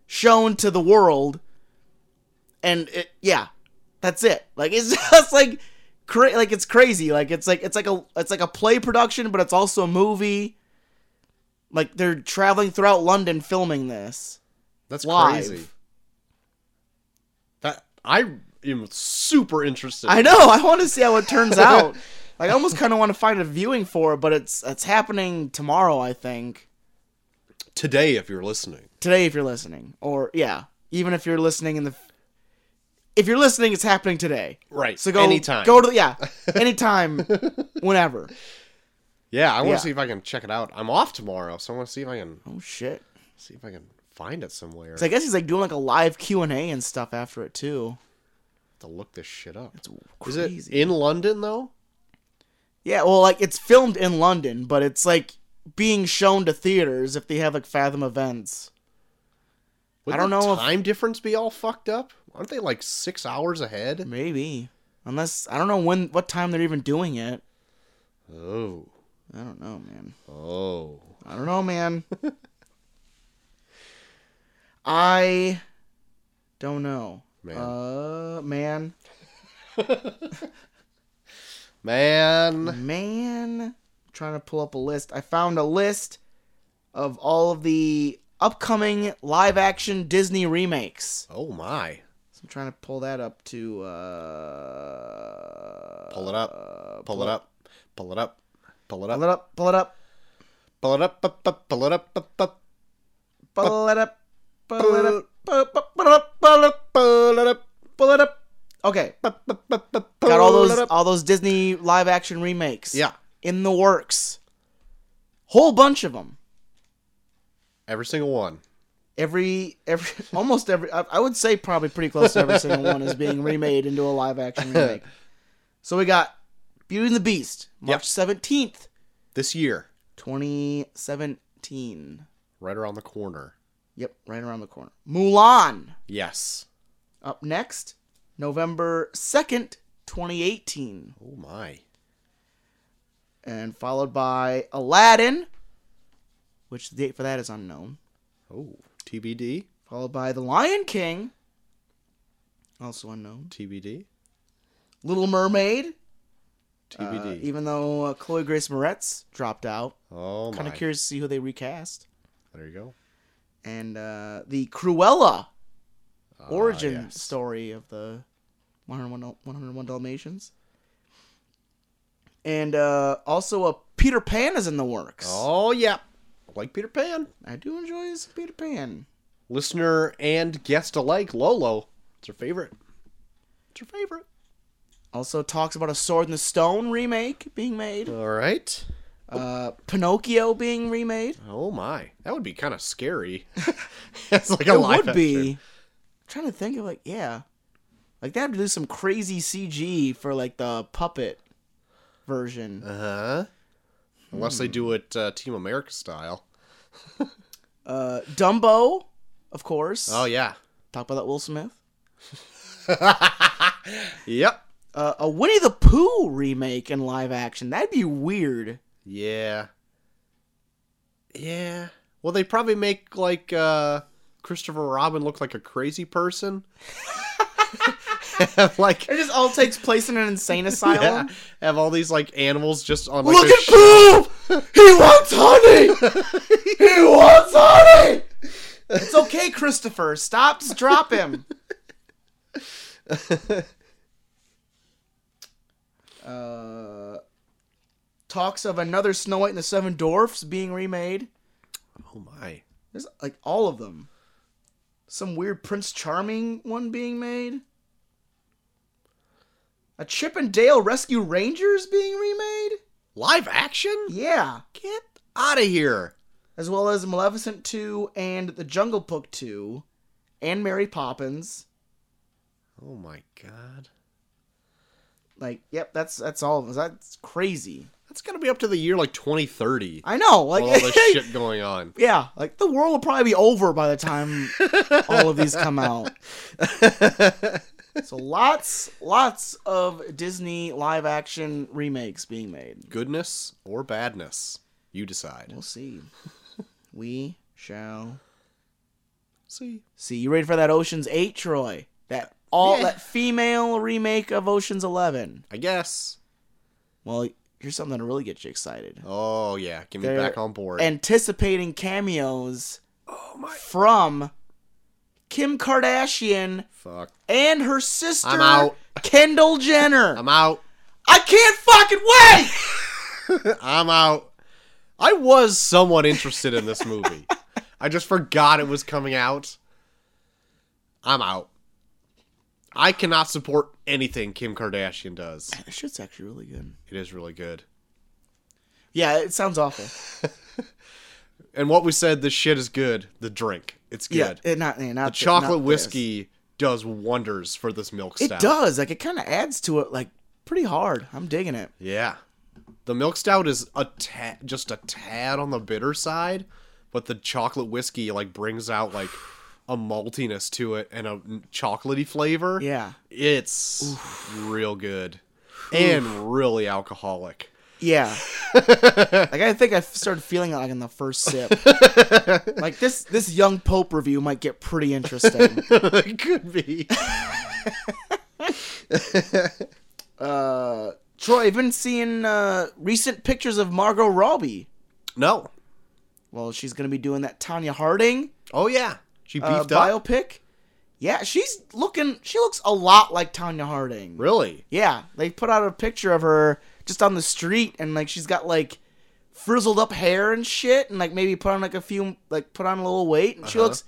shown to the world and it, yeah that's it like it's [LAUGHS] just like cra- like it's crazy like it's like it's like a it's like a play production but it's also a movie like they're traveling throughout london filming this That's Live. crazy. That I am super interested. i know [LAUGHS] i want to see how it turns out like i almost kind of want to find a viewing for it but it's it's happening tomorrow i think today if you're listening. today if you're listening or yeah even if you're listening in the if you're listening it's happening today Right. so go anytime. go to the, [LAUGHS] yeah anytime whenever yeah, I want to yeah. see if I can check it out. I'm off tomorrow, so I want to see if I can oh shit see if I can find it somewhere. so i guess he's like doing like a live q&a and stuff after it too to look this shit up. it's Is crazy it in London though? yeah well like it's filmed in london but it's like being shown to theaters if they have like fathom events Would I don't the know if- Time difference be all fucked up? Aren't they like six hours ahead? maybe unless i don't know when what time they're even doing it Oh, i don't know man oh, I don't know, man. I don't know. Man. Uh, [LAUGHS] man. man. Man. Trying to pull up a list. I found a list of all of the upcoming live action Disney remakes. Oh my. So I'm trying to pull that up to uh Pull it up. Pull it up. Pull it up. Pull it pull up. it up, pull it up, Pull it up. up, up, Pull it up. up, up. pull it up, pull it up, pull it up, pull it up, pull it up, Pull it up. pull it up. Okay. Got Got all those all those Disney live action remakes. Yeah. in the works. Whole bunch of them. Every single one. Every every [LAUGHS] almost every I, I would say probably pretty close to every single one is being remade into a live action remake. So we got Beauty and the Beast, March seventeenth, This year. twenty seventeen. Right around the corner. Yep, right around the corner. Mulan Yes. up next, November second, twenty eighteen, Oh my. and followed by Aladdin, which the date for that is unknown. Oh. TBD. followed by The Lion King, also unknown. TBD. Little Mermaid, uh, TBD. even though uh, Chloe Grace Moretz dropped out, oh my. kind of curious to see who they recast. There you go. And uh, the Cruella Ah, origin yes. story of the 101, Dal- 101 Dalmatians, and uh, also a Peter Pan is in the works. Oh yeah. Like Peter Pan. I do enjoy some Peter Pan. Listener and guest alike, Lolo. It's her favorite. It's her favorite. Also talks about a Sword in the Stone remake being made, All right. uh, Pinocchio being remade. Oh my. That would be kind of scary. [LAUGHS] That's like a it live would be. I'm trying to think of like yeah, like they have to do some crazy CG for like the puppet version. Uh huh. Unless they do it uh, Team America style. Uh, Dumbo, of course. Oh yeah. Talk about that Will Smith. [LAUGHS] yep. uh, a Winnie the Pooh remake in live action. That'd be weird. Yeah. Yeah. Well, they probably make like uh Christopher Robin look like a crazy person. [LAUGHS] Have, like It just all takes place in an [LAUGHS] insane [LAUGHS] yeah, asylum. have all these like animals just on like Look their at Pooh! He wants [LAUGHS] honey! he wants honey! It's okay, Christopher. Stop, drop him. uh, talks of another Snow White and the Seven Dwarfs being remade. Oh my. There's like all of them. Some weird Prince Charming one being made. A Chip and Dale Rescue Rangers being remade? Live action? Yeah. Get out of here. As well as Maleficent 2 and The Jungle Book 2 and Mary Poppins. Oh my god. Like, yep, that's that's all of them. That's crazy. That's going to be up to the year like 2030. I know. Like With [LAUGHS] all this shit going on. Yeah, like the world will probably be over by the time all of these come out. so lots, lots of Disney live action remakes being made. Goodness or badness, you decide. We'll see. We shall See. see. You ready for that Ocean's Eight, Troy? That all Yeah. that female remake of Ocean's Eleven. I guess. Well, here's something to really get you excited. Oh yeah, get me They're- back on board. Anticipating cameos oh my from Kim Kardashian fuck. and her sister I'm out. [LAUGHS] Kendall Jenner. I'm out. I can't fucking wait. [LAUGHS] I'm out. I was somewhat interested in [LAUGHS] this movie. I just forgot it was coming out. I'm out. I cannot support anything Kim Kardashian does. That shit's actually really good. It is really good. Yeah, it sounds awful. And what we said, this shit is good. The drink, it's good. Yeah, it not, yeah, not the chocolate not this. whiskey does wonders for this milk It stout. does. Like it kind of adds to it, like pretty hard. I'm digging it. Yeah. The milk stout is a tad, just a tad on the bitter side, but the chocolate whiskey like brings out like a maltiness to it and a chocolatey flavor. Yeah. It's real good and really alcoholic. [LAUGHS] Yeah. like I think I started feeling it like in the first [LAUGHS] sip. like this this young pope review might get pretty [LAUGHS] interesting. it could be. uh Troy, I've been seeing uh recent pictures of Margot Robbie. No. Well, she's going to be doing that Tanya Harding Oh yeah. She beefed uh, up. biopic. Yeah, she's looking she looks a lot like Tanya Harding. Really? Yeah, they put out a picture of her just on the street, and like she's got like frizzled up hair and shit, and like maybe put on like a few, like put on a little weight, and she Uh-huh. looks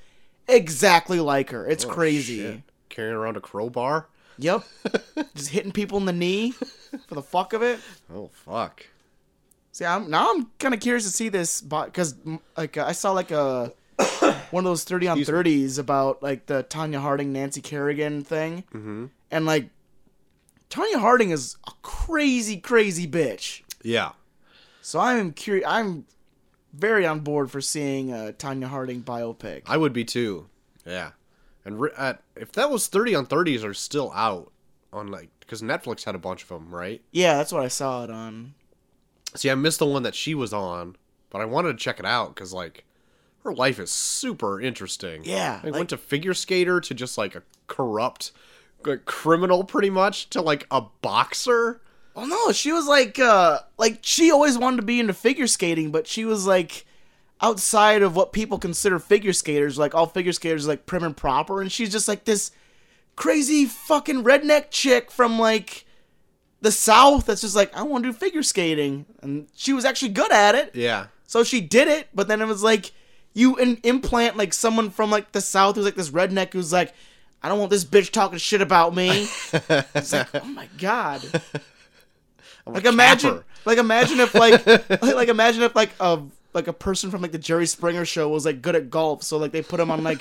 exactly like her. It's Oh, crazy. shit. Carrying around a crowbar? Yep, [LAUGHS] just hitting people in the knee for the fuck of it. Oh fuck. See, I'm now I'm kind of curious to see this because like uh, I saw like a [COUGHS] one of those thirty on thirties about like the Tanya Harding Nancy Kerrigan thing, Mhm. and like Tanya Harding is a crazy crazy bitch. Yeah. So I'm curious. I'm very on board for seeing a Tanya Harding biopic. I would be too. Yeah. And re- uh, if that was 30 on 30s are still out on like cuz Netflix had a bunch of them, right? yeah, that's what I saw it on. See, I missed the one that she was on, but I wanted to check it out cuz like her life is super interesting. Yeah, Like, like- went to figure skater to just like a corrupt like, criminal pretty much to like a boxer. Well, no, she was like, uh, like she always wanted to be into figure skating, but she was like outside of what people consider figure skaters. Like all figure skaters, are, like prim and proper, and she's just like this crazy fucking redneck chick from like the south that's just like I want to do figure skating, and she was actually good at it. Yeah. So she did it, but then it was like you in- implant like someone from like the south who's like this redneck who's like, I don't want this bitch talking shit about me. it's like, oh my god. I'm a Like imagine, capper. like imagine if like, [LAUGHS] like, like imagine if like a like a person from like the Jerry Springer show was like good at golf, so like they put him on like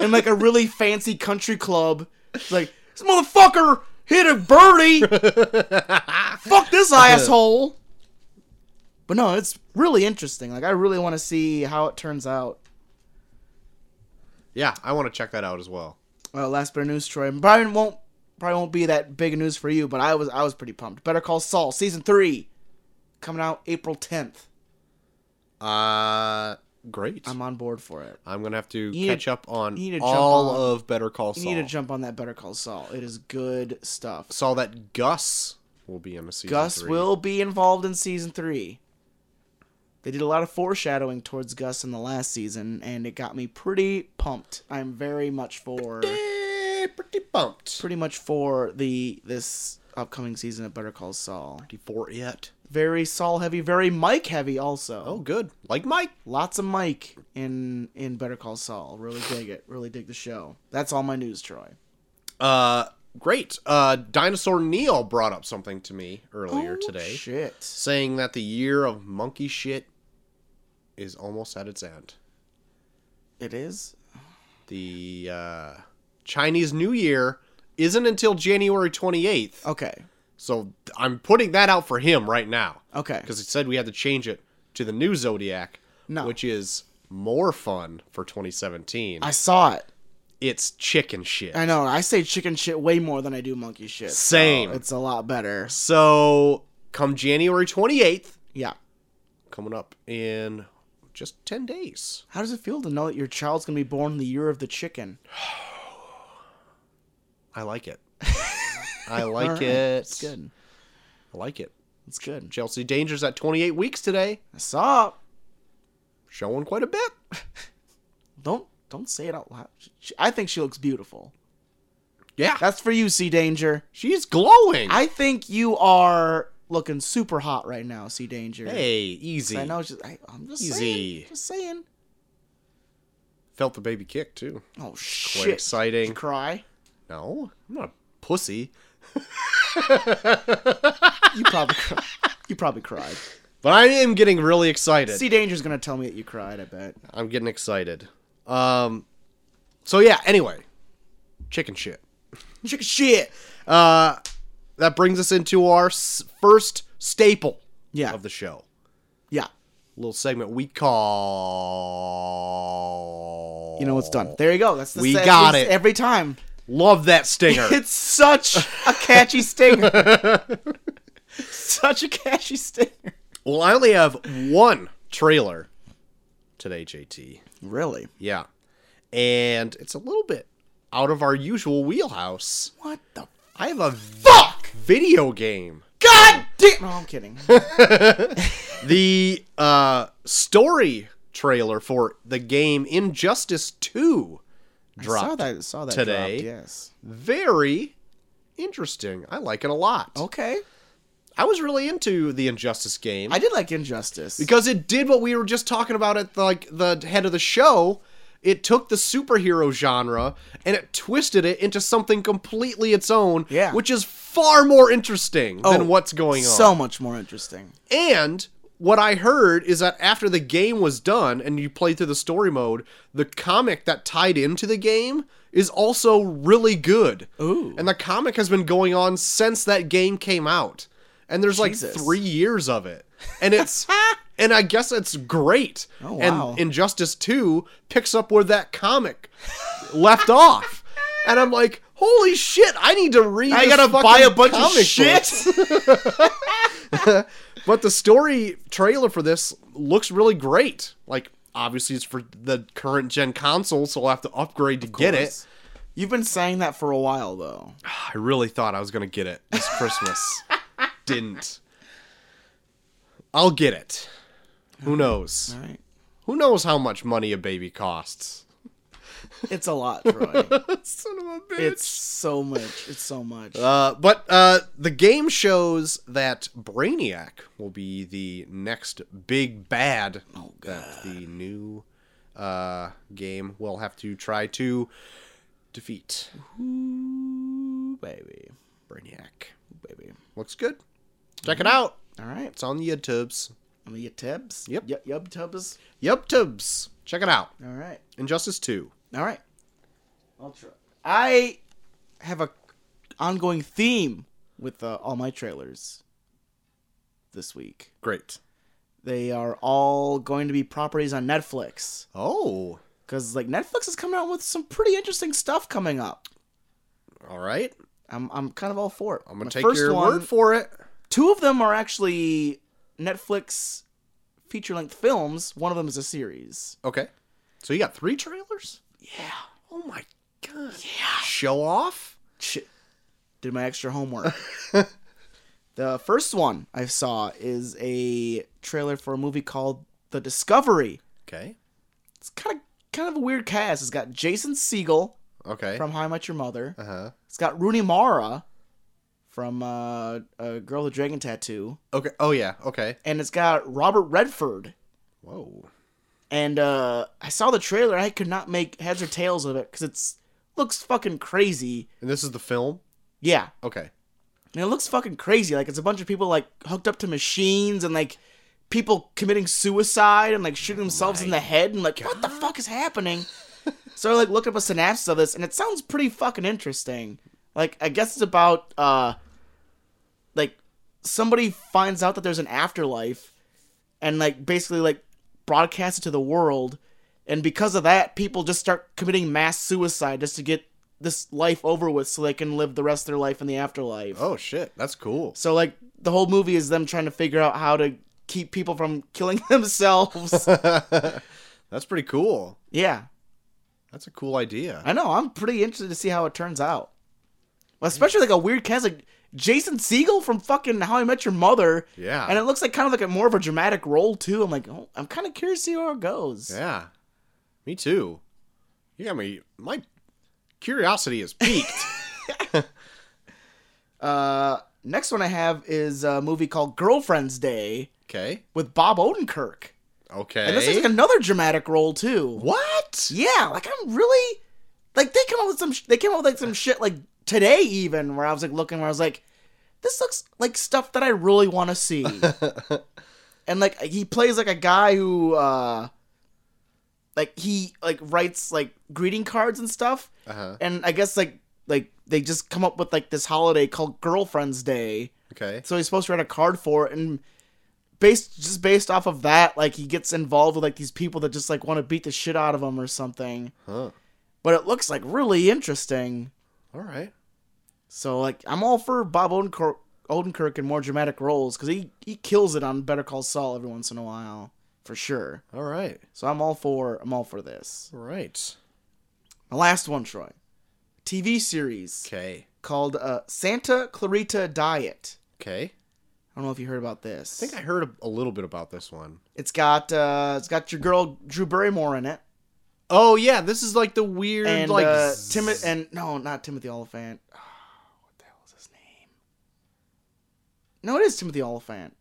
in like a really fancy country club. It's like this motherfucker hit a [LAUGHS] birdie. Fuck this asshole. But no, it's really interesting. Like I really want to see how it turns out. Yeah, I want to check that out as well. Uh, last bit of news, Troy. Brian won't probably won't be that big of news for you, but I was I was pretty pumped. Better Call Saul season three, coming out April tenth. Uh, great. I'm, I'm on board for it. gonna have to You need- catch up on you need to jump all on- of Better Call Saul. You need to jump on that Better Call Saul. It is good stuff. Saw that Gus will be in a season. Gus three. will be involved in season three. They did a lot of foreshadowing towards Gus in the last season, and it got me pretty pumped. I'm very much for Eh, pretty pumped. pretty much for the this upcoming season of Better Call Saul. Pretty for it. Very Saul heavy, very Mike heavy also. Oh, good. Like Mike. Lots of Mike in in Better Call Saul. Really dig it. Really dig the show. That's all my news, Troy. Uh, great. Uh, Dinosaur Neil brought up something to me earlier Oh, today, Shit. saying that the year of monkey shit is almost at its end. It is. The uh, Chinese New Year isn't until January 28th. Okay. So I'm putting that out for him right now Okay. because he said we had to change it to the new zodiac, No. which is more fun for 2017. I saw it. it's chicken shit. I know. I say chicken shit way more than I do monkey shit. so Same. it's a lot better. So come January 28th, Yeah. coming up in just 10 days. How does it feel to know that your child's gonna be born in the year of the chicken? I [LAUGHS] like it. I like Alright, it. It's good. I like it. It's good. Chelsea Danger's at 28 weeks today, I saw. it. showing quite a bit. Don't don't say it out loud. She, I think she looks beautiful. Yeah, [LAUGHS] That's for you, Sea Danger. she's glowing. I think you are looking super hot right now, Sea Danger. hey, easy. I know. Just, I, I'm just Easy. saying. Just saying. Felt the baby kick too. Oh Quite shit! Did you exciting. cry? No, I'm not a pussy, You probably cri- [LAUGHS] you probably cried. but I am getting really excited. Sea Danger's gonna tell me that you cried. I bet. I'm getting excited. Um, so yeah. Anyway, chicken shit. Chicken shit. Uh, that brings us into our s- first staple Yeah. of the show. Yeah. Little segment we call. You know what's done. There you go. That's the We sa- got it's it. every time. Love that stinger. [LAUGHS] It's such a [LAUGHS] catchy stinger. such a catchy stinger. well, I only have one trailer today, JT. Really? Yeah. And it's a little bit out of our usual wheelhouse. What the I have a fuck? video game. God damn! No, I'm kidding. The uh, story trailer for the game Injustice 2 dropped. saw that. Saw that today. dropped, yes. Very interesting. I like it a lot. Okay. I was really into the Injustice game I did like Injustice. because it did what we were just talking about at the, like the head of the show. It took the superhero genre and it twisted it into something completely its own, Yeah. which is far more interesting Oh, than what's going on. so much more interesting. And what I heard is that after the game was done and you played through the story mode, the comic that tied into the game is also really good. Ooh. And the comic has been going on since that game came out. And there's like Jesus. 3 years of it. [LAUGHS] And it's and I guess it's great. Oh, wow. And Injustice 2 picks up where that comic left off. And I'm like, "Holy shit, I need to read I this gotta fucking buy a bunch of comic shit? book." [LAUGHS] But the story trailer for this looks really great. Like, obviously, it's for the current gen console, so I'll have to upgrade to get it. You've been saying that for a while, though. I really thought I was going to get it [LAUGHS] this Christmas. Didn't. I'll get it. Who knows? All right. Who knows how much money a baby costs? [LAUGHS] It's a lot, Troy. Son of a bitch. it's so much. It's so much. Uh, but uh, the game shows that Brainiac will be the next big bad Oh, that the new uh, game will have to try to defeat. Ooh, baby. Brainiac Baby. looks good. Check Mm-hmm. it out. All right. It's on the YouTubes. Let me get tubs. Yep. Yep. Yep. Tubs. YubTubes. Check it out. All right. Injustice Two. All right. I'll try. I have a ongoing theme with uh, all my trailers this week. Great. They are all going to be properties on Netflix Oh, because like Netflix is coming out with some pretty interesting stuff coming up. all right. I'm I'm kind of all for it. I'm gonna My take first your one- word for it. Two of them are actually Netflix feature length films. One of them is a series. Okay. So you got three trailers? Yeah. Oh my god. Yeah. Show off? Shit. Did my extra [LAUGHS] homework. the first one I saw is a trailer for a movie called The Discovery. Okay. It's kind of kind of a weird cast. It's got Jason Segel Okay. from How I Met Your Mother. uh huh. It's got Rooney Mara from uh, uh, Girl with a Dragon Tattoo, Okay. Oh yeah. Okay. and it's got Robert Redford. Whoa. And uh, I saw the trailer. I could not make heads or tails of it because it's looks fucking crazy. And this is the film? Yeah, Okay. and it looks fucking crazy. Like it's a bunch of people like hooked up to machines and like people committing suicide and like shooting themselves in the head and like what the fuck is happening? so I like looked up a synopsis of this and it sounds pretty fucking interesting. Like I guess it's about uh like somebody finds out that there's an afterlife and like basically like broadcast it to the world and because of that people just start committing mass suicide just to get this life over with so they can live the rest of their life in the afterlife. Oh shit. That's cool. So like the whole movie is them trying to figure out how to keep people from [LAUGHS] killing [LAUGHS] themselves. That's pretty cool. yeah, That's a cool idea. I know. I'm pretty interested to see how it turns out. Especially like a weird cast like Jason Siegel from fucking How I Met Your Mother. Yeah. And it looks like kind of like a more of a dramatic role too. I'm like, oh, I'm kind of curious to see how it goes. Yeah. Me too. You got me. My curiosity is peaked. [LAUGHS] Uh, next one I have is a movie called Girlfriend's Day okay. with Bob Odenkirk. Okay. And this is like another dramatic role too. what? Yeah, like I'm really like they come up with some sh- they came up with like some shit like today even where I was like looking where I was like this looks like stuff that I really want to see. and like he plays like a guy who uh like he like writes like greeting cards and stuff Uh huh. and I guess like like they just come up with like this holiday called Girlfriend's Day. Okay. So he's supposed to write a card for it, and based just based off of that, like he gets involved with like these people that just like want to beat the shit out of him or something. Huh. But it looks like really interesting. All right. So like I'm all for Bob Odenkirk, Odenkirk in more dramatic roles because he he kills it on Better Call Saul every once in a while for sure. All right. So I'm all for I'm all for this. All right. The last one, Troy, TV series Okay. called uh, Santa Clarita Diet. Okay. I don't know if you heard about this. I think I heard a, a little bit about this one. It's got uh, it's got your girl Drew Barrymore in it, Oh yeah, this is like the weird and like uh, zzz- Timothy and no, not Timothy Oliphant. [SIGHS] Oh, what the hell is his name? No, it is Timothy Oliphant.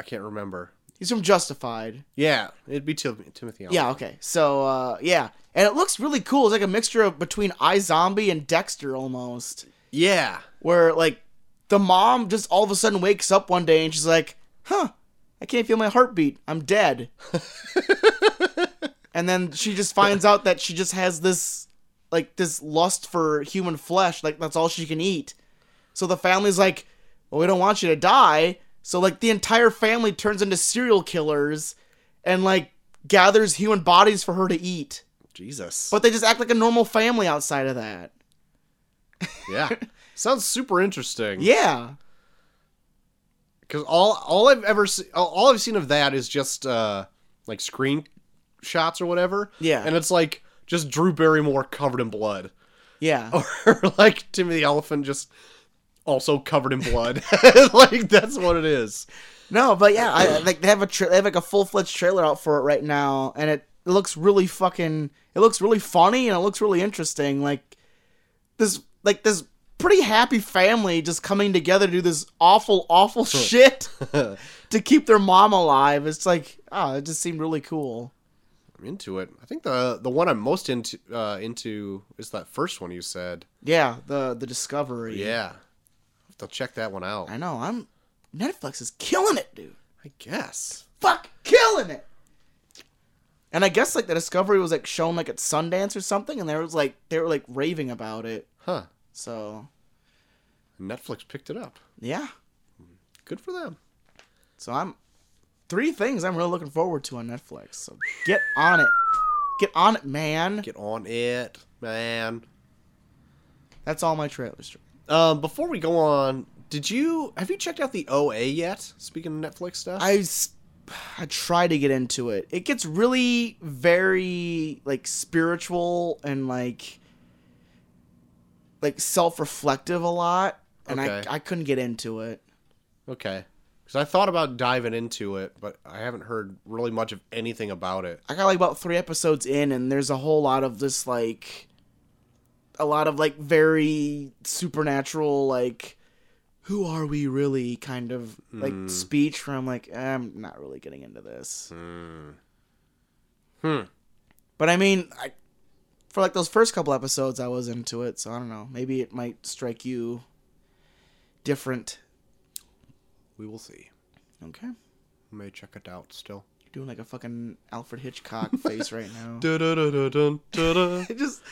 I can't remember. He's from Justified. Yeah, it'd be Tim- Timothy. Oliphant. Yeah, okay. So uh, yeah, and it looks really cool. It's like a mixture of between iZombie and Dexter almost, Yeah. where like the mom just all of a sudden wakes up one day and she's like, "Huh, I can't feel my heartbeat. I'm dead." and then she just finds out that she just has this like this lust for human flesh like that's all she can eat so the family's like well we don't want you to die so like the entire family turns into serial killers and like gathers human bodies for her to eat [LAUGHS] Jesus. but they just act like a normal family outside of that yeah. [LAUGHS] Sounds super interesting. yeah Because all all I've ever se- all- all I've seen of that is just uh like screenshots or whatever. Yeah. And it's like just Drew Barrymore covered in blood, yeah or [LAUGHS] like Timothy Elephant just also covered in blood. [LAUGHS] like that's what it is. no but yeah I, like they have a tra- they have like a full-fledged trailer out for it right now and it, it looks really fucking it looks really funny and it looks really interesting like this like this pretty happy family just coming together to do this awful awful shit I'm to keep their mom alive it's like oh it just seemed really cool into it. I think the the one I'm most into uh, into is that first one you said. yeah the the discovery Yeah. I'll have to check that one out. i know i'm netflix is killing it dude I guess. fuck killing it. And I guess like the discovery was like shown like at Sundance or something, and there was like they were like raving about it. Huh. So Netflix picked it up. yeah, Good for them. so I'm three things I'm really looking forward to on Netflix. So get on it, get on it, man. Get on it, man. That's all my trailers. Um, before we go on, did you have you checked out the OA yet? Speaking of Netflix stuff, I s- I try to get into it. It gets really very like spiritual and like like self-reflective a lot and Okay. I I couldn't get into it. okay, because I thought about diving into it, but I haven't heard really much of anything about it. I got like about 3 episodes in and there's a whole lot of this like a lot of like very supernatural like who are we really kind of like speech from like I'm not really getting into this. Hmm. But I mean, I, for like those first couple episodes, I was into it. So I don't know. Maybe it might strike you different. We will see. Okay. You're May check it out still. [LAUGHS] doing like a fucking Alfred Hitchcock face right now. Da-da-da-da-dun-da-da. Just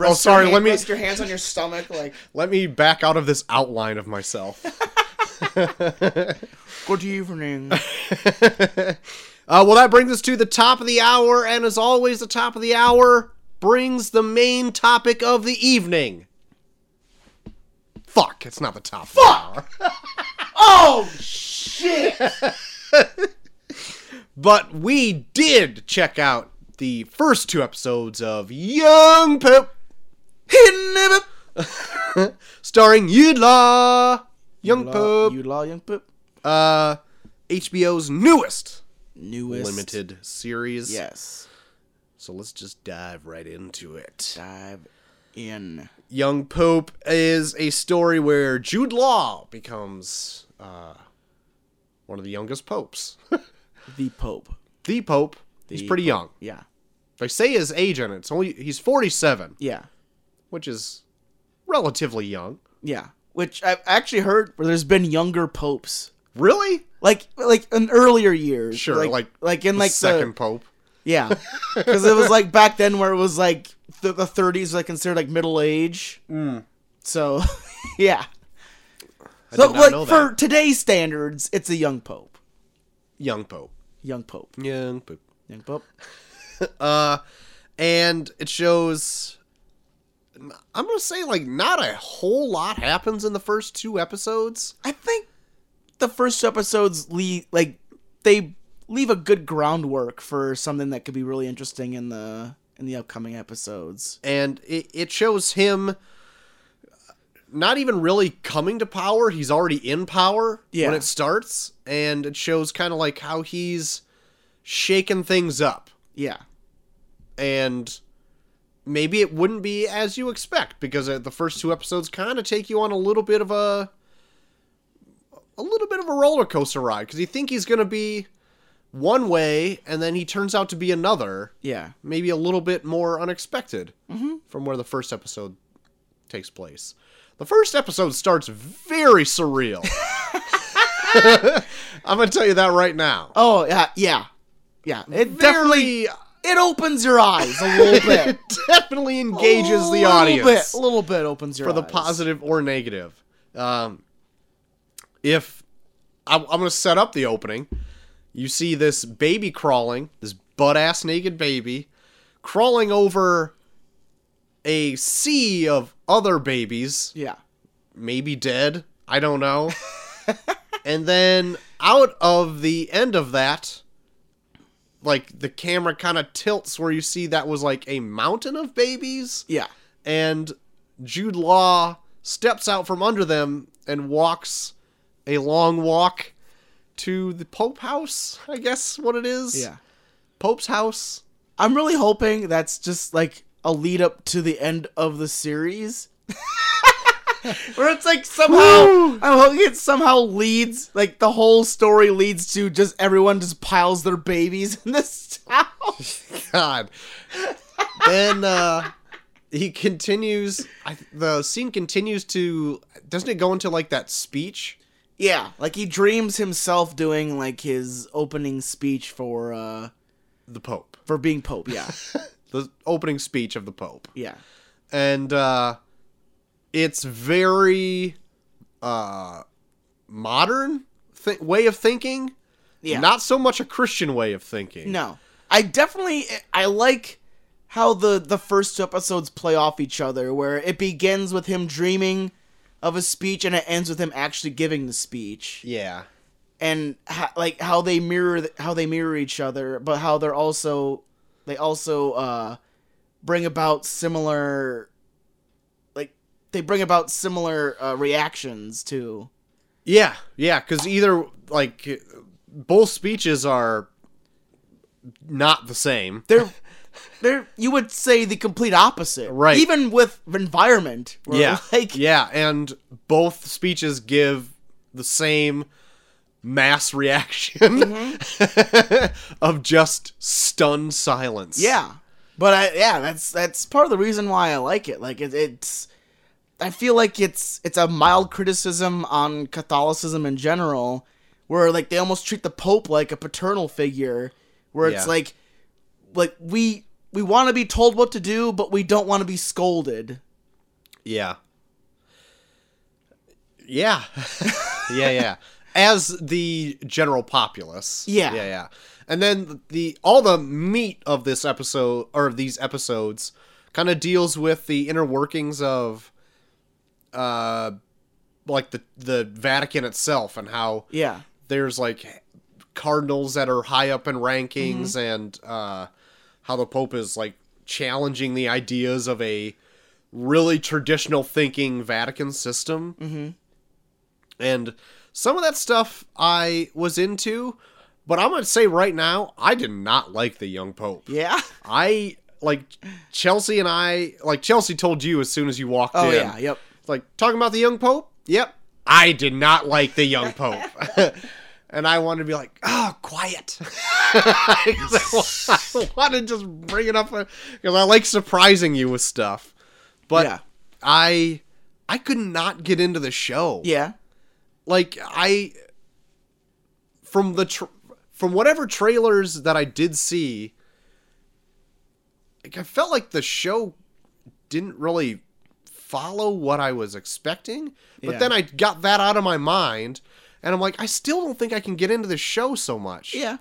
oh, sorry. your Let hand- me rest your hands on your stomach. Like, let me back out of this outline of myself. good [LAUGHS] evening. [LAUGHS] uh, well, that brings us to the top of the hour, and as always, the top of the hour brings the main topic of the evening. Fuck, it's not the top. Fuck. oh shit! [LAUGHS] But we did check out the first two episodes of Young Pope, Hidden never. [LAUGHS] starring Jude Law, Young Pope, You law young poop. uh, HBO's newest Newest limited series. Yes. So let's just dive right into it. Dive in. Young Pope is a story where Jude Law becomes uh, one of the youngest popes. [LAUGHS] The Pope. the Pope. he's The pretty Pope. young. Yeah. They say his age on it. It's only he's forty-seven, Yeah. which is relatively young. Yeah. Which I've actually heard where there's been younger popes. Really? Like like in earlier years. Sure, Like like like in like second the Pope. [LAUGHS] yeah. Cuz it was like back then where it was like the, the 30s like considered like middle age. So [LAUGHS] yeah. so did not like know that. for today's standards, it's a young pope. Young Pope. Young pope. Young Pope. Young pope. Uh, and it shows. I'm gonna say like not a whole lot happens in the first two episodes. I think the first two episodes leave like they leave a good groundwork for something that could be really interesting in the in the upcoming episodes. and it, it shows him not even really coming to power he's already in power Yeah. when it starts and it shows kind of like how he's shaking things up Yeah. and maybe it wouldn't be as you expect because uh, the first two episodes kind of take you on a little bit of a a little bit of a roller coaster ride because you think he's going to be one way and then he turns out to be another Yeah. maybe a little bit more unexpected Mm-hmm. from where the first episode takes place. The first episode starts [LAUGHS] very surreal. I'm gonna tell you that right now. Oh yeah, yeah, yeah. It definitely Very- it opens your eyes a little bit. it definitely [LAUGHS] engages A the little audience bit, a little bit opens your for the eyes. positive or negative. Um, if I'm, I'm gonna set up the opening, you see this baby crawling, this butt ass naked baby, crawling over a sea of other babies Yeah. maybe dead. I don't know. and then out of the end of that, like the camera kind of tilts where you see that was like a mountain of babies, Yeah. and Jude Law steps out from under them and walks a long walk to the Pope House, I guess what it is. Yeah. Pope's House. I'm really hoping that's just like a lead up to the end of the series. [LAUGHS] Where it's like somehow Woo! I'm hoping it somehow leads like the whole story leads to just everyone just piles their babies in this house. God. then uh, he continues. I, the scene continues to. Doesn't it go into like that speech? [LAUGHS] yeah, like he dreams himself doing like his opening speech for uh The Pope. for being pope. Yeah, The opening speech of the Pope. yeah, And uh, it's very uh, modern th- way of thinking. yeah. Not so much a Christian way of thinking. no, I definitely I like how the the first two episodes play off each other, where it begins with him dreaming of a speech and it ends with him actually giving the speech Yeah. and ha- like how they mirror th- how they mirror each other, but how they're also they also uh, bring about similar like they bring about similar uh, reactions to Yeah, yeah, because either like both speeches are not the same. they're they're you would say the complete opposite, Right. Even with environment, where, yeah, [LAUGHS] like yeah, and both speeches give the same mass reaction Mm-hmm. [LAUGHS] of just stunned silence. Yeah, but I yeah that's that's part of the reason why I like it. Like it, it's, I feel like it's it's a mild criticism on Catholicism in general, where like they almost treat the Pope like a paternal figure, where it's Yeah. like, like we we want to be told what to do, but we don't want to be scolded. yeah, yeah, [LAUGHS] yeah, yeah. As the general populace. Yeah. yeah, yeah. And then the all the meat of this episode or of these episodes kind of deals with the inner workings of, uh, like the the Vatican itself and how Yeah, there's like cardinals that are high up in rankings Mm-hmm. and uh, how the pope is like challenging the ideas of a really traditional thinking vatican system mm-hmm. and some of that stuff i was into but i'm gonna say right now i did not like the young pope yeah. i like chelsea and i like chelsea told you as soon as you walked Oh in yeah, yep. it's like talking about the young pope. Yep, I did not like the young pope, [LAUGHS] and I wanted to be like, oh, quiet. [LAUGHS] 'Cause I wa- [LAUGHS] I want to just bring it up because I like surprising you with stuff, but Yeah. I I could not get into the show. Yeah, Like I from the tr from whatever trailers that I did see, like I felt like the show didn't really follow what I was expecting. But Yeah. then I got that out of my mind, and I'm like, I still don't think I can get into the show so much. yeah,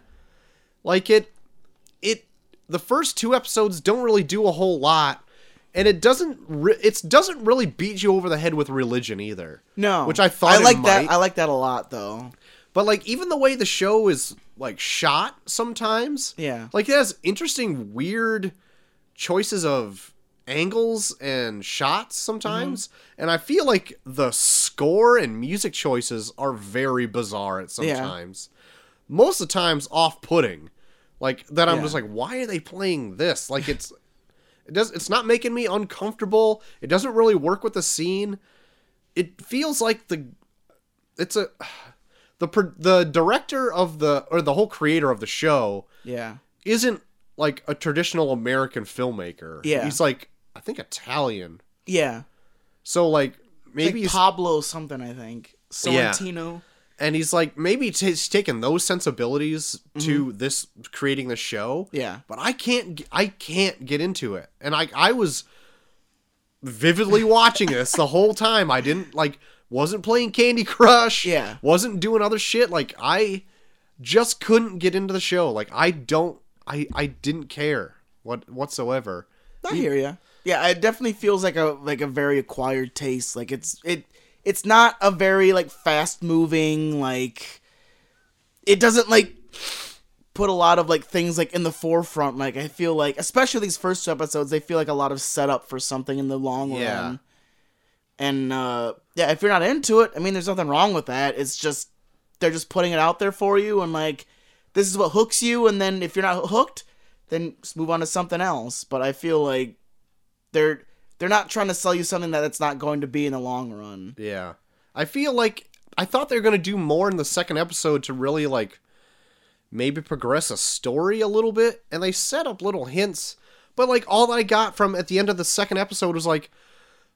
Like it it the first two episodes don't really do a whole lot and it doesn't re- it doesn't really beat you over the head with religion either. no. Which I thought I it like might. that. I like that a lot though. But like even the way the show is like shot sometimes, Yeah. like it has interesting weird choices of angles and shots sometimes, Mm-hmm. and I feel like the score and music choices are very bizarre at Yeah. sometimes. Most of the times off-putting. Like that I'm Yeah. just like why are they playing this? Like it's it does it's not making me uncomfortable. It doesn't really work with the scene. It feels like the it's a [SIGHS] the pro- the director of the or the whole creator of the show Yeah, isn't like a traditional American filmmaker. Yeah. he's like I think Italian. yeah. So like maybe Maybe he's- Pablo something. I think Yeah. Sorrentino. and he's like maybe t- he's taking those sensibilities to this creating the show. Mm-hmm. Yeah. but I can't g- I can't get into it, and I I was vividly [LAUGHS] watching this the whole time. I didn't like wasn't playing Candy Crush. Yeah. wasn't doing other shit. Like I just couldn't get into the show. Like I don't I I didn't care what whatsoever. I hear you. Yeah, it definitely feels like a like a very acquired taste. Like it's it it's not a very like fast moving like it doesn't like put a lot of like things like in the forefront. Like I feel like especially these first two episodes, they feel like a lot of setup for something in the long Yeah. run. And uh yeah, if you're not into it, I mean there's nothing wrong with that. It's just they're just putting it out there for you and like this is what hooks you and then if you're not hooked, then just move on to something else. But I feel like they're they're not trying to sell you something that it's not going to be in the long run. Yeah. I feel like I thought they were going to do more in the second episode to really like maybe progress a story a little bit and they set up little hints, but like all that I got from at the end of the second episode was like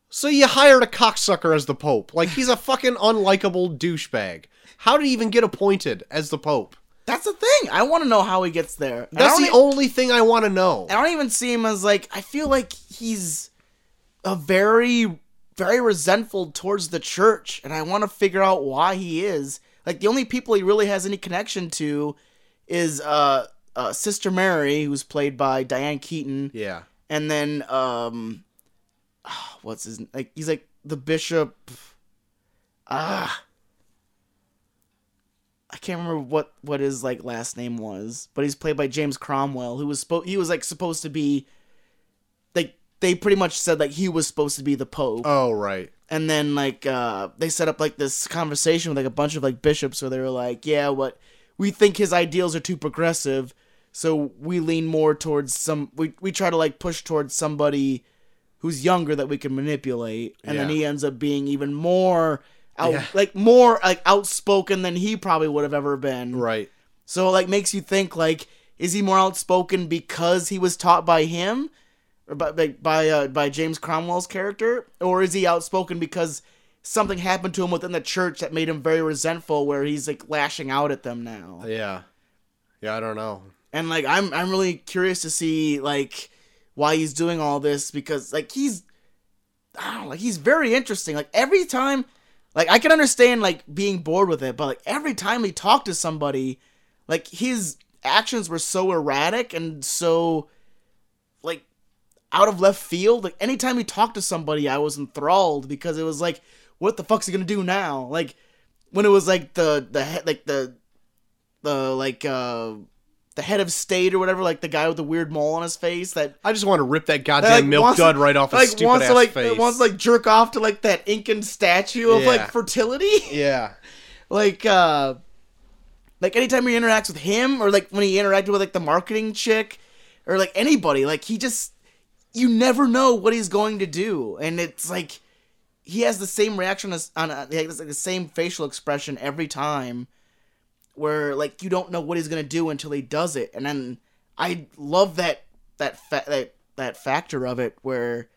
so you hired a cocksucker as the pope. Like [LAUGHS] he's a fucking unlikable douchebag. How did he even get appointed as the pope? That's the thing. I want to know how he gets there. And I That's don't the e- only thing I want to know. I don't even see him as like I feel like he's a very very resentful towards the church and I want to figure out why he is. Like the only people he really has any connection to is uh, uh Sister Mary who's played by Diane Keaton Yeah. ah, and then um what's his like he's like the bishop ah I can't remember what what his like last name was, but he's played by James Cromwell, who was spo- he was like supposed to be like they pretty much said like he was supposed to be the pope. Oh, right. and then like uh they set up like this conversation with like a bunch of like bishops where they were like yeah what we think his ideals are too progressive so we lean more towards some we, we try to like push towards somebody who's younger that we can manipulate and then Yeah. he ends up being even more out, Yeah. like more like outspoken than he probably would have ever been Right. so it, like makes you think like is he more outspoken because he was taught by him or by by by, uh, by James Cromwell's character or is he outspoken because something happened to him within the church that made him very resentful where he's like lashing out at them now. Yeah. Yeah, I don't know. And like I'm I'm really curious to see like why he's doing all this because like he's I don't know, like he's very interesting. Like every time like I can understand like being bored with it, but like every time he talked to somebody, like his actions were so erratic and so like out of left field. Like anytime he talked to somebody, I was enthralled because it was like, what the fuck's he gonna do now? Like when it was like the the he- like the the like uh the head of state or whatever, like the guy with the weird mole on his face that I just want to rip that goddamn that, like, milk wants to- dud right off his like stupid wants ass to like face. wants to like jerk off to like that Incan statue of Yeah. like fertility. yeah. like uh like anytime he interacts with him or like when he interacted with like the marketing chick or like anybody, like he just you never know what he's going to do. And it's like he has the same reaction as on uh, like, it's like the same facial expression every time where like you don't know what he's gonna do until he does it and then i love that that fa- that that factor of it where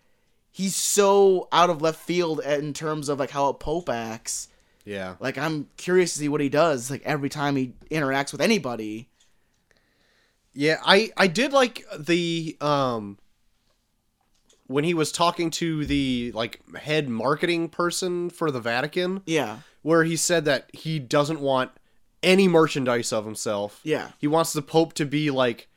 he's so out of left field in terms of like how a pope acts Yeah. like i'm curious to see what he does like every time he interacts with anybody Yeah, I I did like the um when he was talking to the like head marketing person for the Vatican yeah where he said that he doesn't want any merchandise of himself. yeah He wants the pope to be like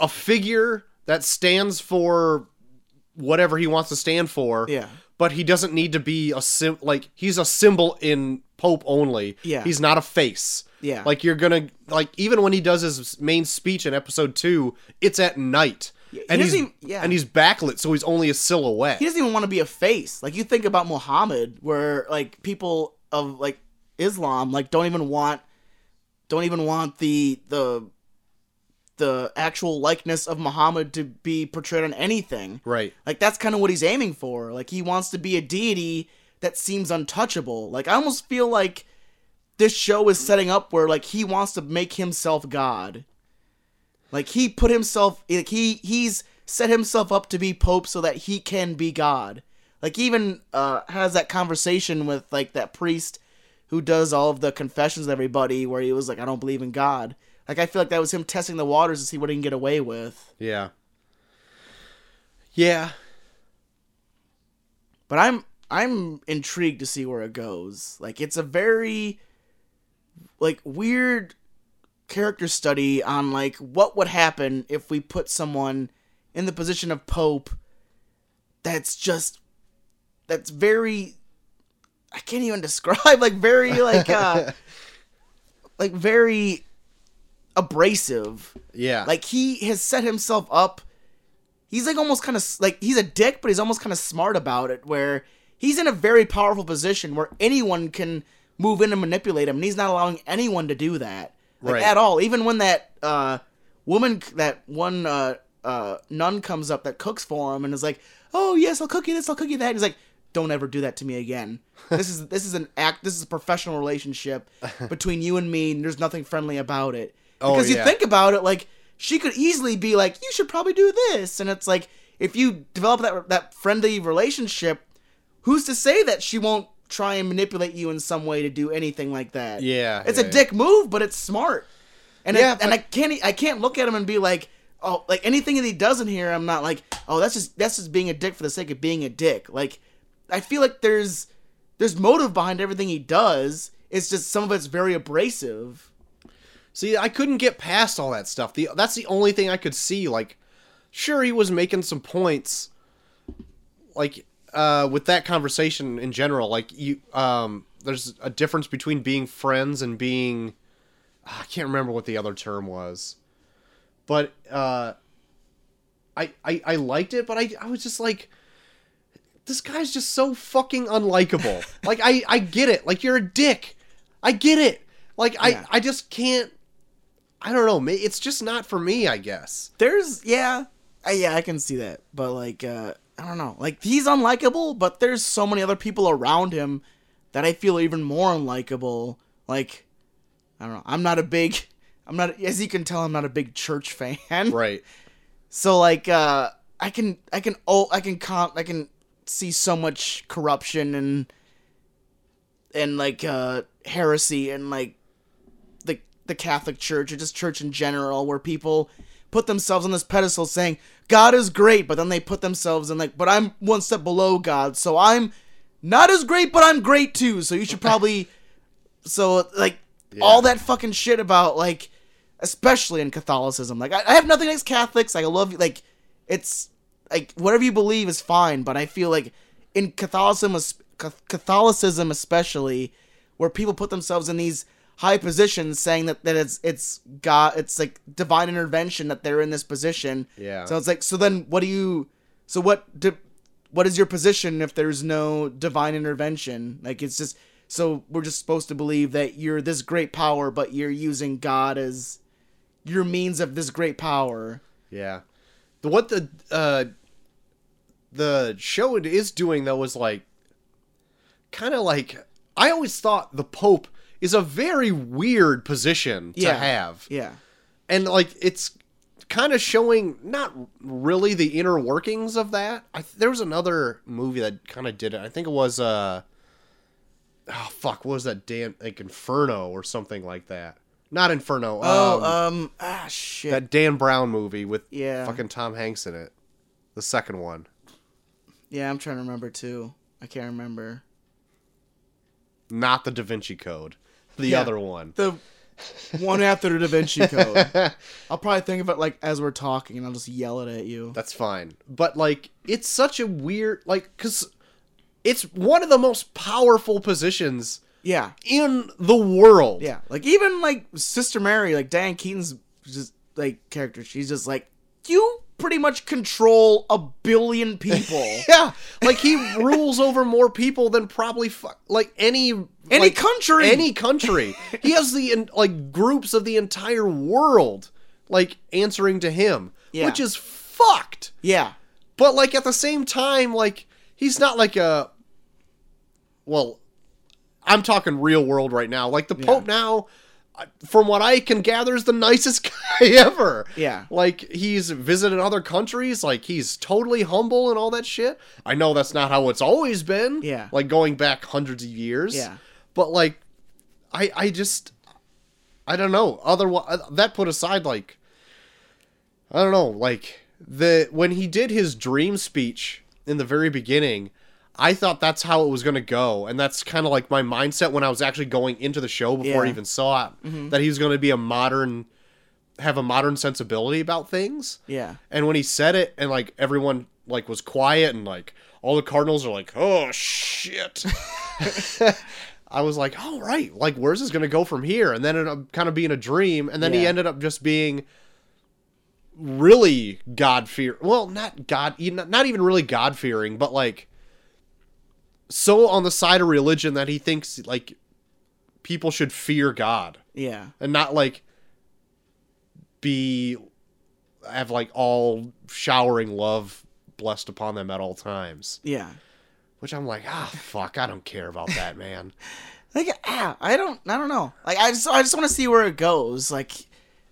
a figure that stands for whatever he wants to stand for. yeah But he doesn't need to be a sim like he's a symbol in pope only. Yeah. He's not a face. yeah Like you're gonna like even when he does his main speech in episode two, it's at night, he and he's doesn't even- yeah. and he's backlit, so he's only a silhouette. he doesn't even want to be a face. Like you think about Muhammad, where like people of like Islam like don't even want don't even want the the the actual likeness of Muhammad to be portrayed on anything. right. Like that's kind of what he's aiming for. Like he wants to be a deity that seems untouchable. Like I almost feel like this show is setting up where like he wants to make himself god. Like he put himself like he he's set himself up to be pope so that he can be god. Like he even uh has that conversation with like that priest who does all of the confessions of everybody where he was like I don't believe in god. Like I feel like that was him testing the waters to see what he can get away with. Yeah. Yeah. but I'm I'm intrigued to see where it goes. Like it's a very like weird character study on like what would happen if we put someone in the position of pope that's just that's very I can't even [LAUGHS] describe like very like uh like very abrasive Yeah. like he has set himself up. He's like almost kind of like he's a dick, but he's almost kind of smart about it. Where he's in a very powerful position where anyone can move in and manipulate him, and he's not allowing anyone to do that like, Right. at all. Even when that uh, woman, that one uh, uh, nun comes up that cooks for him and is like, "Oh yes, I'll cook you this, I'll cook you that." And he's like, "Don't ever do that to me [LAUGHS] again. This is this is an act. This is a professional relationship between you and me, and there's nothing friendly about it." Oh, Because yeah. you think about it, like she could easily be like, "You should probably do this," and it's like if you develop that that friendly relationship, who's to say that she won't try and manipulate you in some way to do anything like that? Yeah, it's yeah, a yeah. dick move, but it's smart. And Yeah, I, and I can't e- I can't look at him and be like, oh, like anything that he does in here, I'm not like, oh, that's just that's just being a dick for the sake of being a dick. Like, I feel like there's there's motive behind everything he does. It's just some of it's very abrasive. See, I couldn't get past all that stuff. The that's the only thing I could see. Like, sure, he was making some points. Like uh, with that conversation in general, like you, um, there's a difference between being friends and being, ah, I can't remember what the other term was, but uh, I, I I liked it, but I I was just like, this guy's just so fucking unlikable. like I I get it. Like you're a dick. I get it. Like I Yeah. I just can't. I don't know. ma- It's just not for me. I guess. There's yeah, uh, yeah, I can see that. But like, uh, I don't know. Like he's unlikable, but there's so many other people around him that I feel are even more unlikable. Like, I don't know. I'm not a big, [LAUGHS] I'm not as you can tell, I'm not a big church fan. Right. [LAUGHS] So like, uh, I can, I can, oh, I can, com- I can see so much corruption and and like uh heresy and like the the Catholic Church or just church in general, where people put themselves on this pedestal saying God is great, but then they put themselves in like, but I'm one step below God, so I'm not as great, but I'm great too. So you should probably, so like all that fucking shit about like, especially in Catholicism. Like I, I have nothing against Catholics. Like I love like it's like whatever you believe is fine, but I feel like in Catholicism, es- Cath- Catholicism especially, where people put themselves in these high positions, saying that, that it's it's God, it's like divine intervention that they're in this position. Yeah. So it's like, so then what do you? So what? Do, what is your position if there's no divine intervention? Like it's just so we're just supposed to believe that you're this great power, but you're using God as your means of this great power. Yeah. The what the uh the show it is doing though is like kind of like I always thought the Pope is a very weird position to Yeah. have. Yeah. And like it's kind of showing not really the inner workings of that. I, there was another movie that kind of did it. I think it was uh oh fuck, what was that damn like Inferno or something like that. Not Inferno. Oh, um, um, ah, shit. that Dan Brown movie with Yeah. fucking Tom Hanks in it. The second one. yeah, I'm trying to remember too. I can't remember. Not the Da Vinci Code. The Yeah. other one. The one after the Da [LAUGHS] Vinci Code. I'll probably think of it like as we're talking and I'll just yell it at you. That's fine. But like it's such a weird like cuz it's one of the most powerful positions Yeah. in the world. Yeah. Like even like Sister Mary, like Diane Keaton's just like character, she's just like, you pretty much control a billion people. Yeah. Like he [LAUGHS] rules over more people than probably fu- like any Any [LAUGHS] like, country. [LAUGHS] Any country. he has the en- like groups of the entire world like answering to him, Yeah. which is fucked. yeah. But like at the same time, like he's not like a well, I'm talking real world right now. Like the Pope now, uh, from what I can gather, is the [LAUGHS] nicest guy ever. Yeah. Like he's visited other countries. Like he's totally humble and all that shit. I know that's not how it's always been. Yeah. Like going back hundreds of years. Yeah. But like, I I just I don't know. Otherwise, that put aside, like, I don't know, like the when he did his dream speech in the very beginning, I thought that's how it was gonna go, and that's kind of like my mindset when I was actually going into the show before I Yeah. even saw it, that he was gonna be a modern, have a modern sensibility about things. Yeah. And when he said it, and like everyone like was quiet, and like all the Cardinals are like, [LAUGHS] "Oh shit," I was like, "All right, like where's this gonna go from here?" And then it ended up kind of being a dream, and then he Yeah. ended up just being really God fear. Well, not God, e- not not even really God fearing, but like so on the side of religion that he thinks like people should fear God Yeah. and not like be have like all showering love blessed upon them at all times. Yeah. Which I'm like, ah, fuck, I don't care about that, man. Like ah, I don't I don't know. Like I just I just want to see where it goes. Like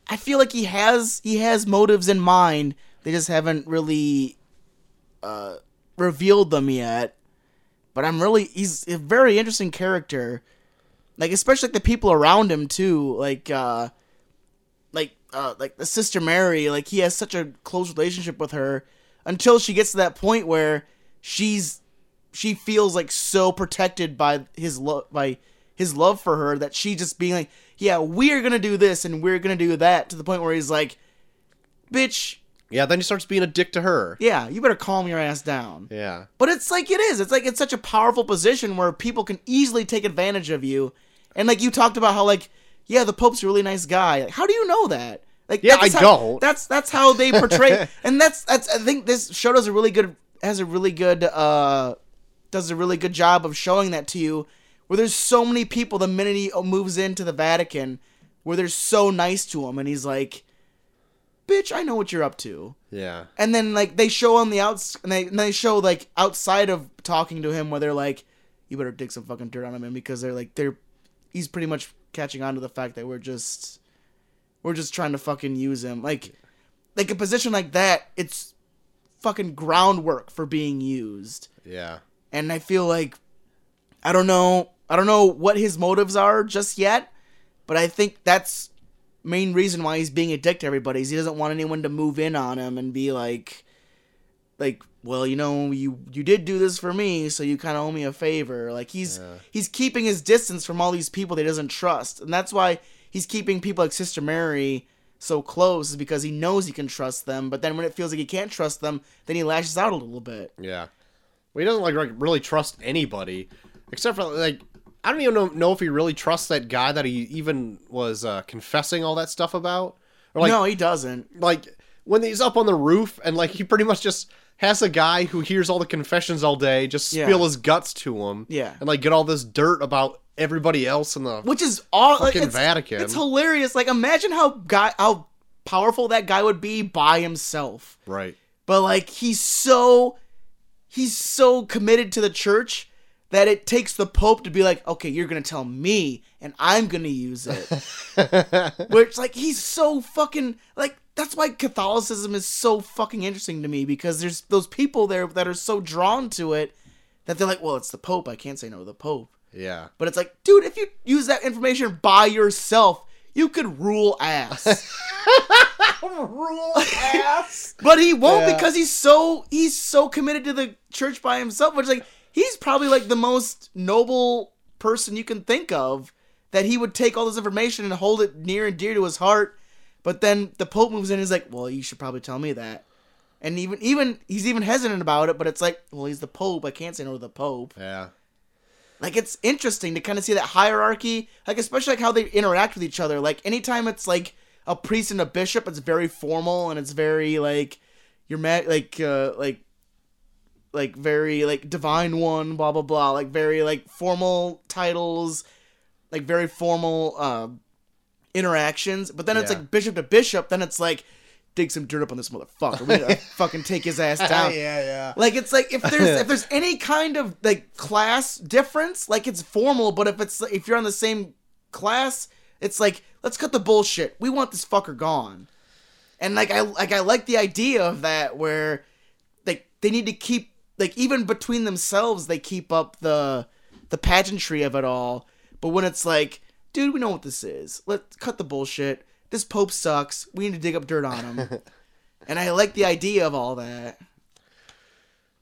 I feel like he has he has motives in mind. They just haven't really uh revealed them yet. But I'm really he's a very interesting character. Like especially like the people around him too. Like uh like uh like the sister Mary, like he has such a close relationship with her until she gets to that point where she's she feels like so protected by his love by his love for her that she just being like, yeah, we're gonna do this and we're gonna do that to the point where he's like, bitch, Yeah, then he starts being a dick to her. Yeah, you better calm your ass down. Yeah. But it's like it is. It's like it's such a powerful position where people can easily take advantage of you. And like you talked about how like yeah, the Pope's a really nice guy. Like, how do you know that? Like Yeah, that's I how- don't. That's that's how they [LAUGHS] portray. and that's that's I think this show does a really good has a really good uh does a really good job of showing that to you. Where there's so many people the minute he moves into the Vatican, where they're so nice to him, and he's like, "Bitch, I know what you're up to." Yeah. and then like they show on the outs and they and they show like outside of talking to him where they're like you better dig some fucking dirt on him and because they're like they're he's pretty much catching on to the fact that we're just we're just trying to fucking use him like like a position like that it's fucking groundwork for being used Yeah. and I feel like I don't know I don't know what his motives are just yet, but I think that's main reason why he's being a dick to everybody is he doesn't want anyone to move in on him and be like like well you know you you did do this for me so you kind of owe me a favor like he's Yeah. he's keeping his distance from all these people that he doesn't trust and that's why he's keeping people like sister mary so close is because he knows he can trust them but then when it feels like he can't trust them then he lashes out a little bit Yeah. Well, he doesn't like re- really trust anybody, except for like I don't even know, know if he really trusts that guy that he even was uh, confessing all that stuff about, or like no he doesn't like when he's up on the roof and like he pretty much just has a guy who hears all the confessions all day just Yeah. spill his guts to him, Yeah. and like get all this dirt about everybody else in the which is all like, Fucking it's, Vatican. It's hilarious. Like imagine how guy how powerful that guy would be by himself. [LAUGHS] right. But like he's so he's so committed to the church that it takes the pope to be like, "Okay, you're going to tell me and I'm going to use it." Which like he's so fucking like that's why Catholicism is so fucking interesting to me because there's those people there that are so drawn to it that they're like, "Well, it's the pope. I can't say no to the pope." Yeah. But it's like, dude, if you use that information by yourself, you could rule ass. Rule ass. but he won't Yeah. because he's so he's so committed to the church by himself, which like he's probably like the most noble person you can think of that he would take all this information and hold it near and dear to his heart. But then the Pope moves in and is like, Well, you should probably tell me that. And even even he's even hesitant about it, but it's like, well, he's the Pope. I can't say no to the Pope. [LAUGHS] [LAUGHS] yeah. like it's interesting to kind of see that hierarchy like especially like how they interact with each other like anytime it's like a priest and a bishop it's very formal and it's very like you're mad like uh like like very like divine one blah blah blah like very like formal titles like very formal um interactions but then it's Yeah. like bishop to bishop then it's like dig some dirt up on this motherfucker we gotta fucking take his ass down yeah. like it's like if there's if there's any kind of like class difference, like it's formal, but if it's if you're on the same class, it's like let's cut the bullshit. We want this fucker gone. And like I like I like the idea of that where like they need to keep like even between themselves they keep up the the pageantry of it all. But when it's like, dude, we know what this is. Let's cut the bullshit. This pope sucks. We need to dig up dirt on him. and I like the idea of all that.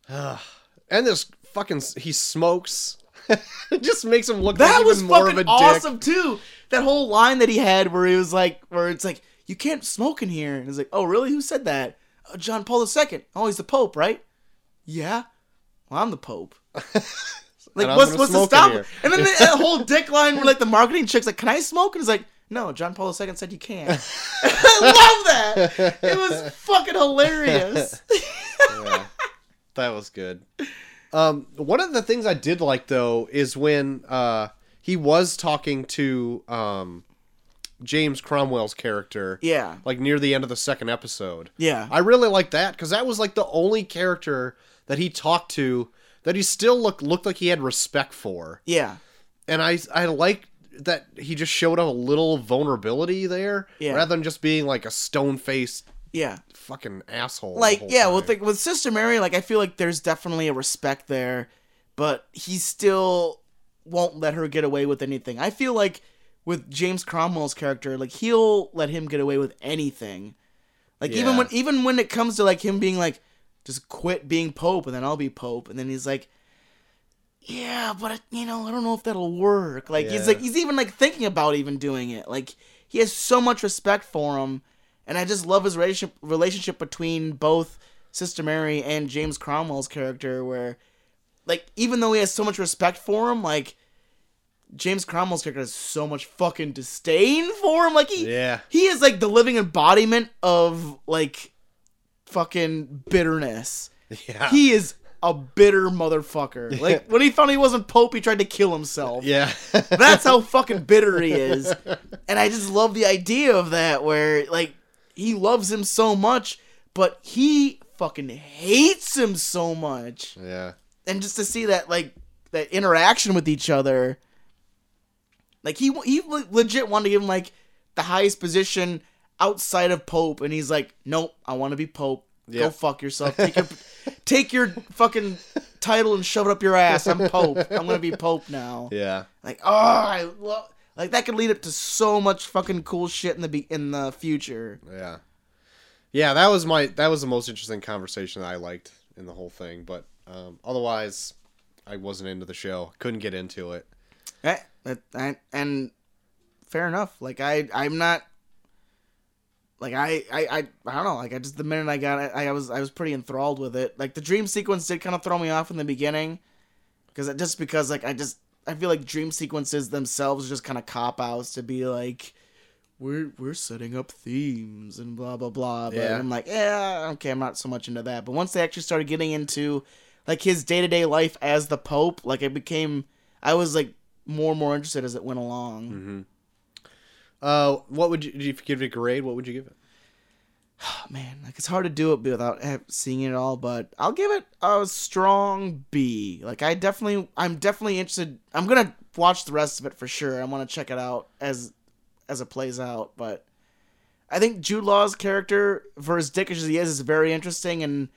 And this fucking he smokes. [LAUGHS] it just makes him look That like was even more fucking of a dick. awesome too. That whole line that he had where he was like, where it's like, you can't smoke in here, and it's like, oh really? Who said that? Uh, John Paul II. Oh, he's the Pope, right? Yeah. Well, I'm the [LAUGHS] Pope. like, I'm what's gonna what's the smoke in stop? here. And then the, that whole dick line where like the marketing chick's like, can I smoke? And he's like, no, John Paul II said you [LAUGHS] can't. [LAUGHS] I love that. It was fucking [LAUGHS] hilarious. Yeah. that was good. Um, one of the things I did like though is when uh, he was talking to um, James Cromwell's character, yeah. like near the end of the second episode. Yeah. I really like that because that was like the only character that he talked to that he still looked looked like he had respect for, yeah. and I I like that he just showed a little vulnerability there Yeah. rather than just being like a stone faced Yeah. fucking asshole. the like whole yeah time. with like with sister mary like i feel like there's definitely a respect there but he still won't let her get away with anything i feel like with james cromwell's character like he'll let him get away with anything like even Yeah. when even when it comes to like him being like just quit being pope and then i'll be pope and then he's like yeah but it- you know i don't know if that'll work like he's Yeah. like he's even like thinking about even doing it like he has so much respect for him and I just love his relationship relationship between both Sister Mary and James Cromwell's character, where like even though he has so much respect for him, like James Cromwell's character has so much fucking disdain for him. Like he Yeah. he is like the living embodiment of like fucking bitterness. [LAUGHS] Yeah. He is a bitter motherfucker. Like when he found he wasn't Pope, he tried to kill himself. yeah. [LAUGHS] That's how fucking bitter he is. And I just love the idea of that where like he loves him so much, but he fucking hates him so much. yeah. And just to see that like that interaction with each other like he he le- legit wanted to give him like the highest position outside of pope and he's like, "Nope, I want to be pope. Yeah. Go fuck yourself. Take [LAUGHS] your take your fucking title and shove it up your ass. I'm pope. I'm going to be pope now." Yeah. Like, oh, I love. Like that could lead up to so much fucking cool shit in the be- in the future. Yeah. Yeah, that was my that was the most interesting conversation that I liked in the whole thing, but um, otherwise I wasn't into the show. Couldn't get into it. Eh, that- I- and fair enough. Like I, I'm not. Like I, I, I, I don't know. Like I just the minute I got it, I, I was I was pretty enthralled with it. Like the dream sequence did kind of throw me off in the beginning, because just because like I just I feel like dream sequences themselves are just kind of cop outs to be like. We're, we're setting up themes and blah blah blah. But Yeah. I'm like, yeah, okay, I'm not so much into that. But once they actually started getting into like his day to day life as the Pope, like it became I was like more and more interested as it went along. Uh, what would you if you give it a grade? What would you give it? Oh, man, like it's hard to do it without ha- seeing it all, but I'll give it a strong B. Like I definitely, I'm definitely interested. I'm gonna watch the rest of it for sure. I want to check it out as as it plays out, but I think Jude Law's character, for as dickish as he is, is very interesting, and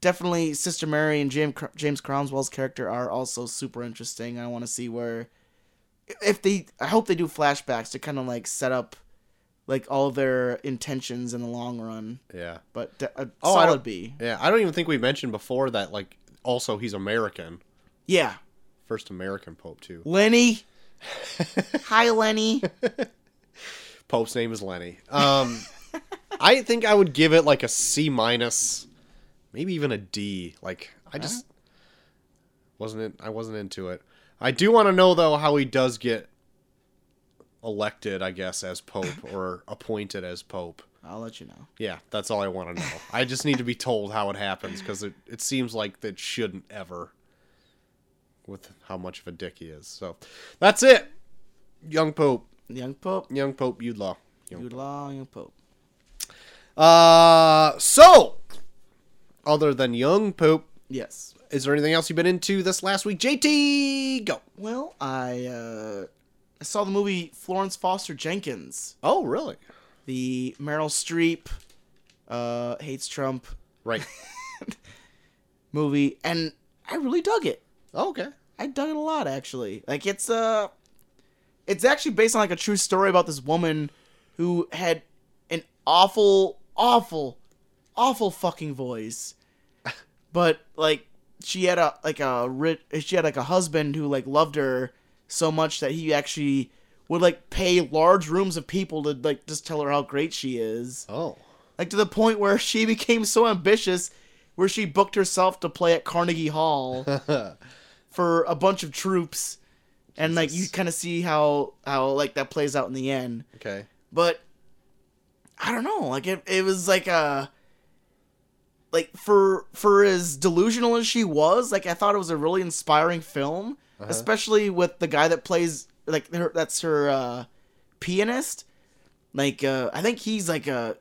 definitely Sister Mary and James James Cromwell's character are also super interesting. I want to see where if they. I hope they do flashbacks to kind of like set up like all their intentions in the long run. Yeah. But de- a Oh, I solid don't- B. Yeah, I don't even think we mentioned before that like also he's American. Yeah, First American pope too. [LAUGHS] Lenny. Hi, Lenny. Pope's name is Lenny. Um, I think I would give it like a C minus, maybe even a D. Like I just wasn't in, I wasn't into it. I do want to know though how he does get elected, I guess, as pope or appointed as pope. I'll let you know. Yeah, that's all I want to know. I just need to be told how it happens because it, it seems like it shouldn't ever with how much of a dick he is. So that's it. Young Pope. Young Pope, Young Pope Udlaw. Young Jude Law, Young Pope. Uh, so other than Young Pope, Yes. is there anything else you've been into this last week? JT, go. Well, I uh, I saw the movie Florence Foster Jenkins, Oh, really? the Meryl Streep uh, hates Trump [LAUGHS] Right. movie, and I really dug it. Oh, okay. I dug it a lot actually. Like it's uh it's actually based on like a true story about this woman who had an awful awful awful fucking voice. But like she had a like a rich she had like a husband who like loved her so much that he actually would like pay large rooms of people to like just tell her how great she is. Oh. Like to the point where she [LAUGHS] became so ambitious where she booked herself to play at Carnegie Hall [LAUGHS] for a bunch of troops and like you Jesus. kind of see how how like that plays out in the end okay. but i don't know like it, it was like a like for for as delusional as she was like i thought it was a really inspiring film Uh-huh. especially with the guy that plays like her, that's her uh pianist like uh i think he's like a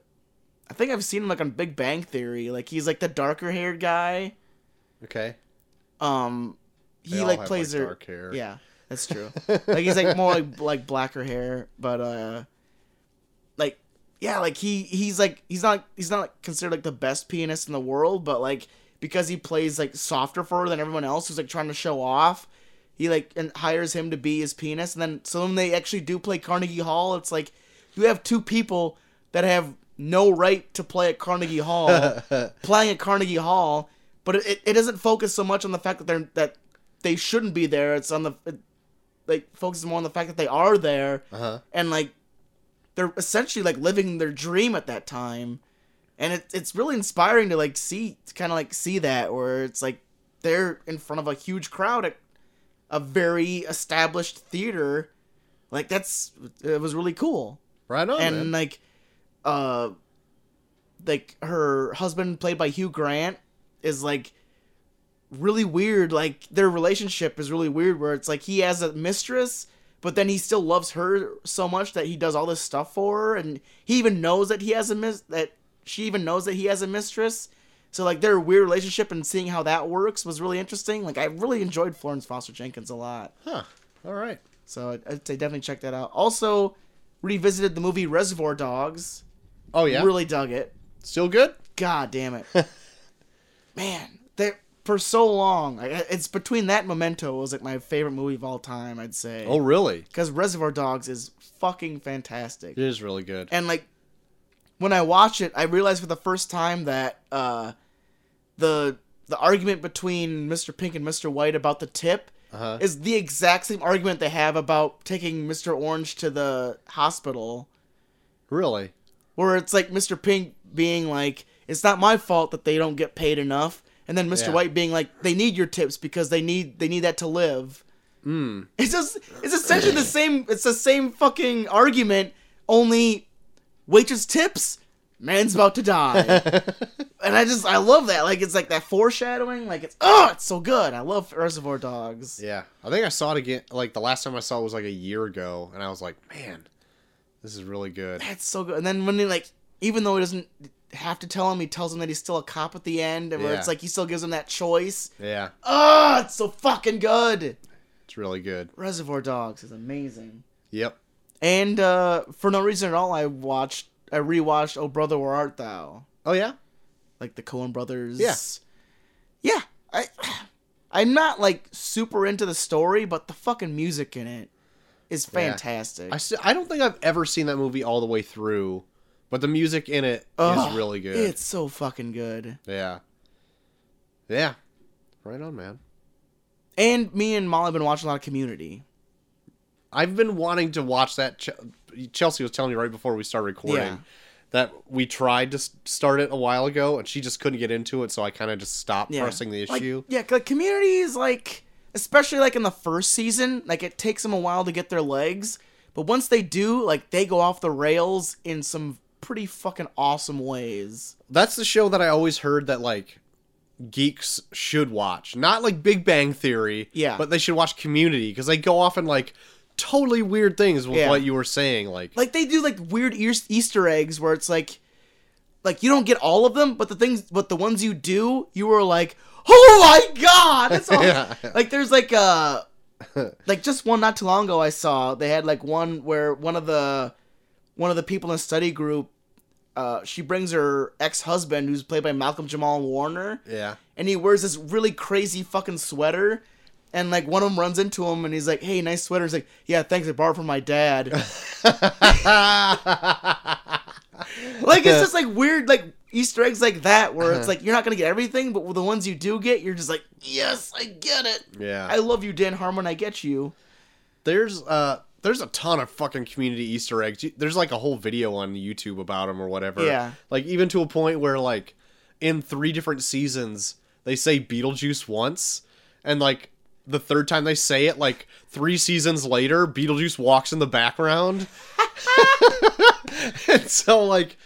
i think i've seen him like on big bang theory like he's like the darker haired guy Okay. um They he all like have, plays her dark hair. yeah, that's [LAUGHS] true. like he's like more like like blacker hair, but uh, like yeah, like he he's like he's not he's not like, considered like the best pianist in the world, but like because he plays like softer for her than everyone else who's like trying to show off, he like and hires him to be his pianist, and then so when they actually do play Carnegie Hall, it's like you have two people that have no right to play at Carnegie [LAUGHS] Hall playing at Carnegie Hall, but it, it, it doesn't focus so much on the fact that they're that they shouldn't be there. It's on the it, like focuses more on the fact that they are there Uh huh. and like they're essentially like living their dream at that time, and it, it's really inspiring to like see kind of like see that where it's like they're in front of a huge crowd at a very established theater, like that's it was really cool Right on. and man. like uh like her husband played by Hugh Grant is like really weird like their relationship is really weird where it's like he has a mistress but then he still loves her so much that he does all this stuff for her and he even knows that he has a mis- that she even knows that he has a mistress so like their weird relationship and seeing how that works was really interesting like I really enjoyed Florence Foster Jenkins a lot Huh. All right. so I'd, I'd say definitely check that out also revisited the movie Reservoir Dogs Oh yeah. really dug it. Still good? God damn [LAUGHS] it, man! That for so long, like, I- it's between that and Memento was like my favorite movie of all time. I'd say. Oh really? because Reservoir Dogs is fucking fantastic. It is really good. And like when I watched it, I realized for the first time that uh, the the argument between Mr. Pink and Mr. White about the tip Uh-huh. is the exact same argument they have about taking Mr. Orange to the hospital Really? [LAUGHS] where it's like Mr. Pink being like, "It's not my fault that they don't get paid enough," and then Mr. Yeah. White being like, "They need your tips because they need they need that to live." Mm. It's just it's essentially the same. It's the same fucking argument, only waitress tips. Man's about to [LAUGHS] die, and I just I love that. Like it's like that foreshadowing. Like it's oh, it's so good. I love Reservoir Dogs. yeah. I think I saw it again like the last time I saw it was like a year ago and I was like, "Man, this is [LAUGHS] really good." That's so good. And then when they like, even though he doesn't have to tell him, he tells him that he's still a cop at the end, and where Yeah. it's like he still gives him that choice. Yeah. Oh, it's so fucking good. It's really good. Reservoir Dogs is amazing. Yep. And uh, for no reason at all, I watched, I rewatched Oh Brother Where Art Thou, Oh yeah. like the Coen Brothers. Yeah. yeah. I, [SIGHS] I'm not like super into the story, but the fucking music in it is Yeah. fantastic. I st- I don't think I've ever seen that movie all the way through, but the music in it is Ugh, really good. It's so fucking good. Yeah. Yeah. Right on, man. And me and Molly have been watching a lot of Community. I've been wanting to watch that. Ch- Chelsea was telling me right before we started recording Yeah. that we tried to s- start it a while ago, and she just couldn't get into it, so I kind of just stopped Yeah. pressing the Like, issue. yeah, like community is like, especially like in the first season, like it takes them a while to get their legs, but once they do, like they go off the rails in some pretty fucking awesome ways. That's the show that I always heard that like geeks should watch, not like Big Bang Theory. Yeah. but they should watch Community because they go off in like totally weird things with Yeah. what you were saying. Like, Like they do like weird eas- Easter eggs where it's like, like you don't get all of them, but the things, but the ones you do, you were like, oh my god, that's awesome. Yeah. Like there's like uh like just one not too long ago I saw they had like one where one of the one of the people in the study group uh she brings her ex-husband who's played by Malcolm Jamal Warner yeah, [LAUGHS] and he wears this really crazy fucking sweater and like one of them runs into him and he's like hey nice sweater he's like yeah thanks I borrowed from my dad like it's just like weird like Easter eggs like that where it's like you're not gonna get everything but the ones you do get you're just like yes I get it yeah. I love you Dan Harmon I get you there's uh there's a ton of fucking community easter eggs You- there's like a whole video on youtube about them or whatever Yeah. like even to a point where like in three different seasons they say beetlejuice once and like the third time they say it like three seasons later beetlejuice walks in the background [LAUGHS] and so like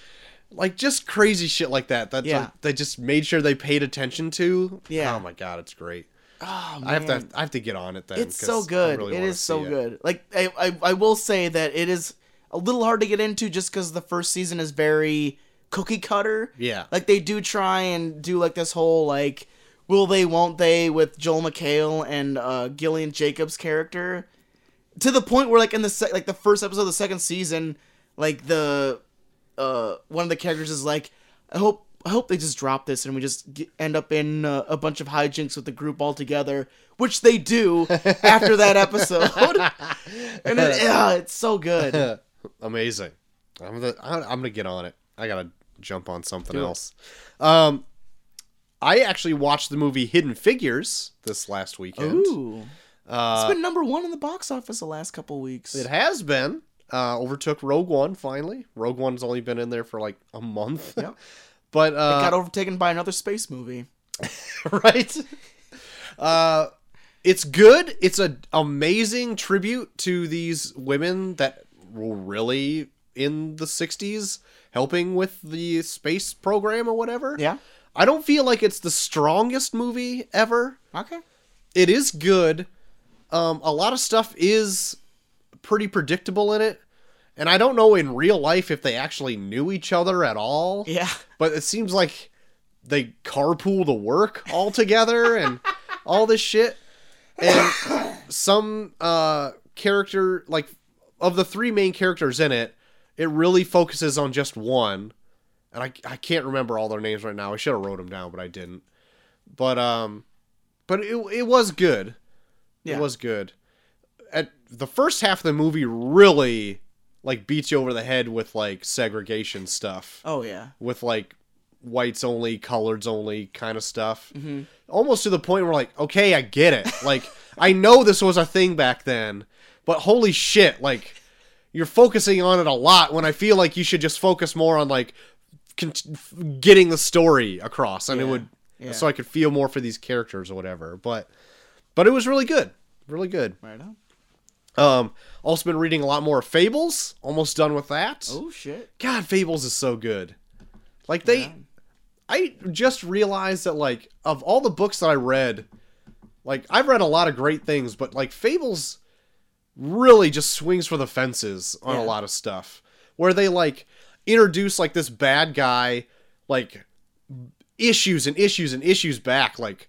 like just crazy shit like that that Yeah. like, they just made sure they paid attention to Yeah. oh my god it's great oh man i have to i have to get on it then It's 'cause so I good. really it wanna is so see it. good. Like I, I, I will say that it is a little hard to get into just because the first season is very cookie cutter. yeah Like they do try and do like this whole like will they won't they with Joel McHale and uh, Gillian Jacobs character to the point where like in the se- like the first episode of the second season like the uh one of the characters is like I hope I hope they just drop this and we just g end up in uh, a bunch of hijinks with the group all together which they do after that episode and [LAUGHS] it, yeah, it's so good Amazing. I'm gonna I- I'm gonna get on it. I gotta jump on something else. Um, I actually watched the movie Hidden Figures this last weekend. ooh Uh, it's been number one in the box office the last couple weeks it has been. Uh, overtook Rogue One finally. Rogue One's only been in there for like a month. Yep. [LAUGHS] but uh, Got overtaken by another space movie. [LAUGHS] right? Uh, it's good. It's an amazing tribute to these women that were really in the 60s helping with the space program or whatever. Yeah. I don't feel like it's the strongest movie ever. Okay. It is good. Um, a lot of stuff is pretty predictable in it. And I don't know in real life if they actually knew each other at all Yeah. but it seems like they carpool to work all together and all this shit. And some uh, character, like of the three main characters in it, it really focuses on just one. And I, I can't remember all their names right now. I should have wrote them down, but I didn't. But um, but it it was good. Yeah. It was good. At the first half of the movie, really like beats you over the head with like segregation stuff Oh yeah. with like whites only, coloreds only kind of stuff. Mm-hmm. Almost to the point where like, okay, I get it. Like, I know this was a thing back then, but holy shit, like you're focusing on it a lot when I feel like you should just focus more on like con- f- getting the story across and it Yeah, would yeah. so I could feel more for these characters or whatever. But but it was really good. Really good. Right on. Um also been reading a lot more Fables, almost done with that. Oh shit. God, Fables is so good. Like they, I just realized that like of all the books that I read, like I've read a lot of great things, but like Fables really just swings for the fences on a Yeah. lot of stuff where they like introduce like this bad guy like issues and issues and issues back like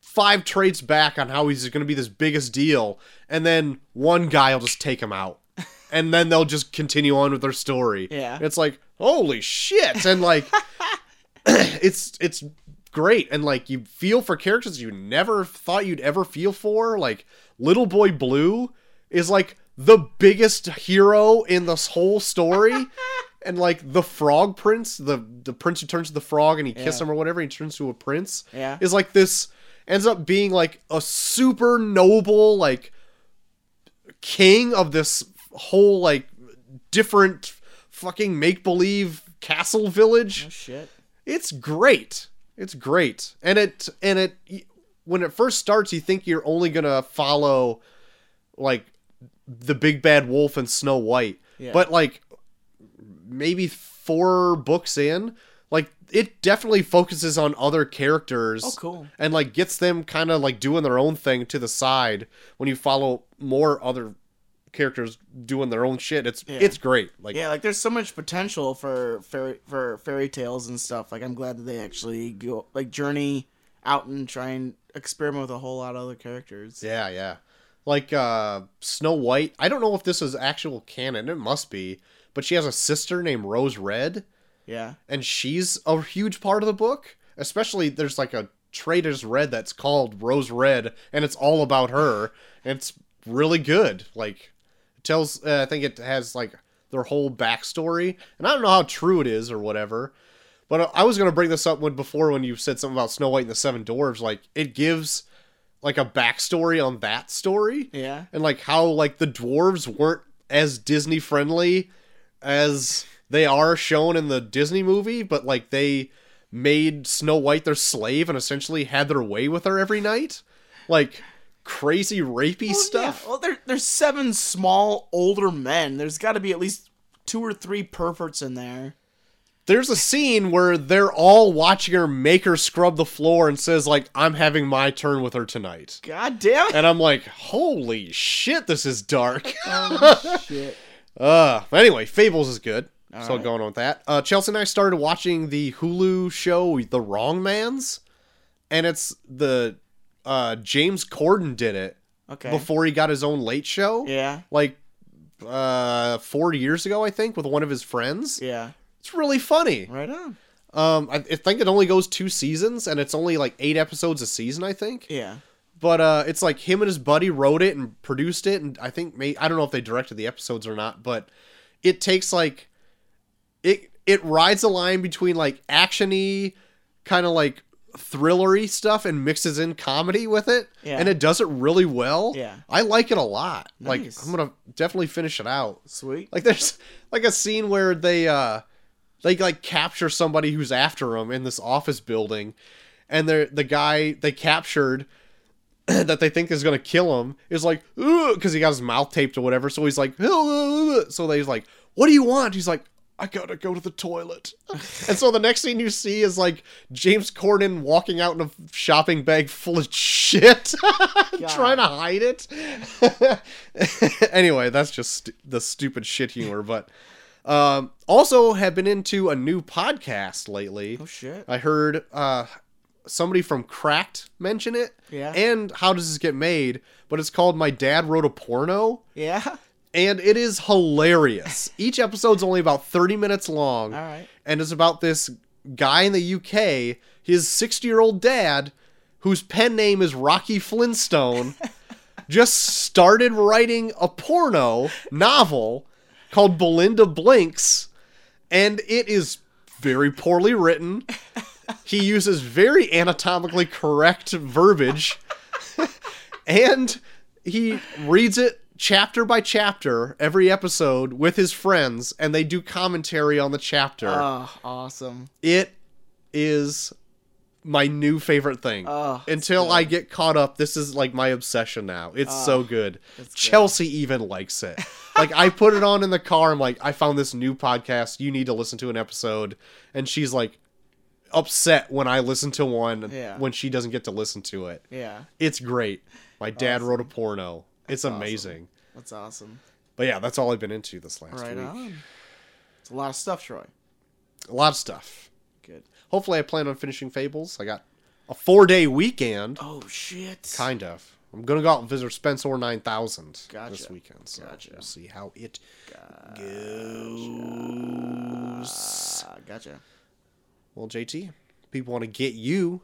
five traits back on how he's going to be this biggest deal and then one guy will just take [LAUGHS] him out and then they'll just continue on with their story Yeah. it's like holy shit and [LAUGHS] like [CLEARS THROAT] it's it's great and like you feel for characters you never thought you'd ever feel for like little boy blue is like the biggest hero in this whole story [LAUGHS] and like the frog prince the the prince who turns to the frog and he kisses Yeah. him or whatever he turns to a prince Yeah. is like this ends up being like a super noble like king of this whole like different fucking make believe castle village Oh shit. it's great it's great and it and it when it first starts you think you're only gonna follow like the big bad wolf and snow white Yeah. but like maybe four books in like it definitely focuses on other characters Oh cool. and like gets them kind of like doing their own thing to the side when you follow more other characters doing their own shit it's Yeah. it's great like Yeah, like there's so much potential for fairy for fairy tales and stuff. Like I'm glad that they actually go like journey out and try and experiment with a whole lot of other characters. Yeah, yeah. Like uh Snow White. I don't know if this is actual canon. It must be, but she has a sister named Rose Red, Yeah. and she's a huge part of the book. Especially there's like a traitor's red that's called Rose Red, and it's all about her. And it's really good. Like it tells uh, I think it has like their whole backstory, and I don't know how true it is or whatever. But I- I was gonna bring this up when before when you said something about Snow White and the Seven Dwarves. Like it gives like a backstory on that story Yeah. and like how like the dwarves weren't as Disney friendly as they are shown in the Disney movie, but like they made Snow White their slave and essentially had their way with her every night, like crazy rapey Well, stuff. Yeah. Well, there, there's seven small older men. There's got to be at least two or three perverts in there. There's a scene where they're all watching her make her scrub the floor and says like, "I'm having my turn with her tonight," God damn it! and I'm like, "Holy shit, this is dark." [LAUGHS] [LAUGHS] Oh, shit. Uh, but anyway, Fables is good. so right. going on with that. Uh, Chelsea and I started watching the Hulu show The Wrong Man's, and it's the uh, James Corden did it Okay. before he got his own late show, yeah. like uh, four years ago, I think, with one of his friends. Yeah. It's really funny. Right on. Um, I I think it only goes two seasons, and it's only like eight episodes a season, I think Yeah. but uh, it's like him and his buddy wrote it and produced it, and I think may I don't know if they directed the episodes or not, but it takes like it it rides a line between like actiony, kind of like thrillery stuff and mixes in comedy with it, Yeah. and it does it really well. Yeah. I like it a lot. Nice. Like I'm gonna definitely finish it out. Sweet. Like there's like a scene where they uh they like capture somebody who's after them in this office building and they the guy they captured [CLEARS THROAT] that they think is going to kill him is like cuz he got his mouth taped or whatever so he's like "Ugh." so they's like what do you want he's like I gotta go to the toilet. [LAUGHS] and so the next scene you see is like James Corden walking out in a shopping bag full of shit, [LAUGHS] trying to hide it. [LAUGHS] anyway, that's just st- the stupid shit humor. But um, also have been into a new podcast lately. Oh shit. I heard uh, somebody from Cracked mention it. Yeah. And how does this get made? But it's called My Dad Wrote a Porno. Yeah. [LAUGHS] And it is hilarious. Each episode's only about 30 minutes long. All right. And it's about this guy in the UK, his 60 year old dad, whose pen name is Rocky Flintstone, just started writing a porno novel called Belinda Blinks. And it is very poorly written. He uses very anatomically correct verbiage. and he reads it chapter by chapter every episode with his friends and they do commentary on the chapter Oh, awesome. it is my new favorite thing Oh, that's until i get caught up this is like my obsession now it's so good Ah, good. chelsea even [LAUGHS] likes it like i put it on in the car i'm like i found this new podcast you need to listen to an episode and she's like upset when i listen to one Yeah. when she doesn't get to listen to it Yeah. it's great. My dad wrote a porno. It's amazing. That's awesome. But yeah, that's all I've been into this last Right week. on. It's a lot of stuff, Troy. A lot of stuff. Good. Hopefully, I plan on finishing Fables. I got a four day weekend. Oh shit. Kind of. I'm gonna go out and visit Spencer 9000 this Gotcha. weekend. So Gotcha. we'll see how it goes. Ah, gotcha. Well, JT, people want to get you.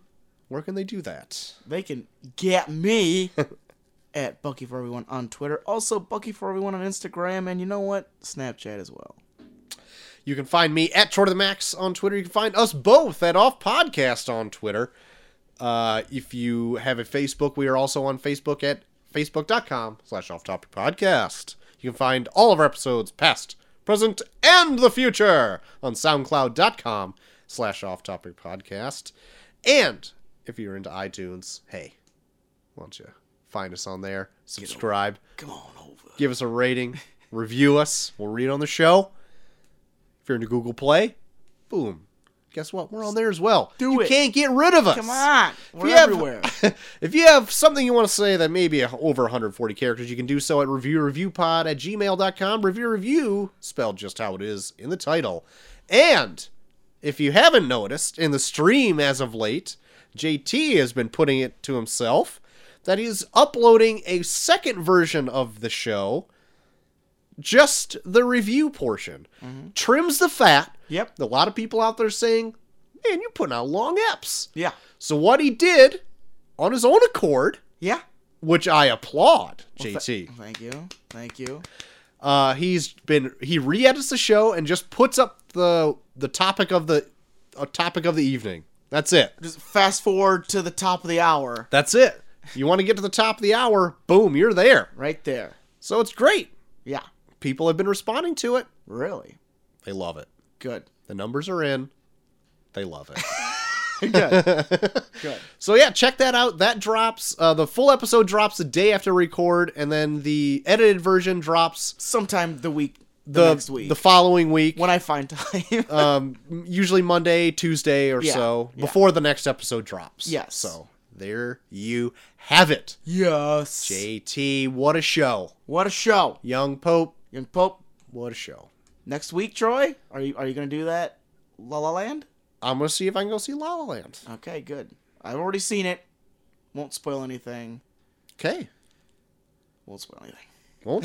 Where can they do that? They can get me [LAUGHS] at Bucky for Everyone on Twitter. Also Bucky for Everyone on Instagram, and you know what? Snapchat as well. You can find me at Toward the Max on Twitter. You can find us both at Off Podcast on Twitter. Uh, if you have a Facebook, we are also on Facebook at facebook.com slash off topic podcast. You can find all of our episodes, past, present, and the future on soundcloud.com slash off topic podcast. And if you're into iTunes, hey, why don't you find us on there, subscribe, Come on over. give us a rating, review us. We'll read it on the show. If you're into Google Play, boom. Guess what? We're on there as well. Do you it. can't get rid of us. Come on. If We're you have- everywhere. [LAUGHS] if you have something you want to say that may be over 140 characters, you can do so at reviewreviewpod at gmail.com. Review review, spelled just how it is in the title. And if you haven't noticed, in the stream as of late, JT has been putting it to himself that he's uploading a second version of the show, just the review portion. Mm-hmm. Trims the fat. Yep. A lot of people out there saying, man, you're putting out long eps. Yeah. So what he did on his own accord, Yeah. which I applaud, JT. Thank you. Thank you. Uh, he's been he re-edits the show and just puts up the the topic of the a topic of the evening. That's it. Just fast forward to the top of the hour. That's it. You want to get to the top of the hour, boom, you're there. Right there. So it's great. Yeah. People have been responding to it. Really? They love it. Good. The numbers are in. They love [LAUGHS] it. [LAUGHS] Good. Good. So yeah, check that out. That drops. Uh, the full episode drops the day after record, and then the edited version drops Sometime the week, the, the next week, the following week. when I find [LAUGHS] time. um, usually Monday, Tuesday, or Yeah, so yeah. before the next episode drops. Yes. So there you have it. yes. JT, what a show. What a show, Young Pope, Young Pope. what a show. Next week, Troy. Are you are you gonna do that? La La Land. I'm gonna see if I can go see La La Land. Okay, good. I've already seen it. Won't spoil anything. Okay, Won't spoil anything. won't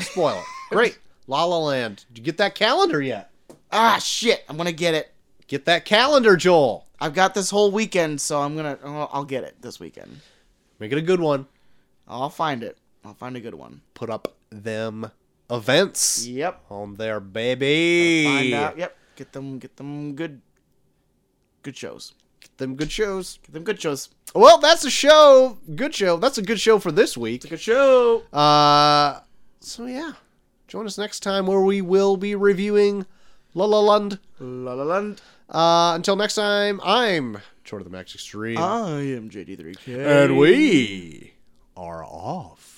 [LAUGHS] spoil it. Great, La La Land. Did you get that calendar yet? Ah, shit! I'm gonna get it. Get that calendar, Joel. I've got this whole weekend, so I'm gonna. I'll, I'll get it this weekend. Make it a good one. I'll find it. I'll find a good one. Put up them events Yep. on there, baby. Find out. Yep. Get them. Get them good. Good shows. Get them good shows. Get them good shows. Well, that's a show. Good show. That's a good show for this week. It's a good show. Uh, so yeah, join us next time where we will be reviewing La La Land. La la land. Uh, until next time, I'm Short of the Max Extreme, I am JD3K. and we are off.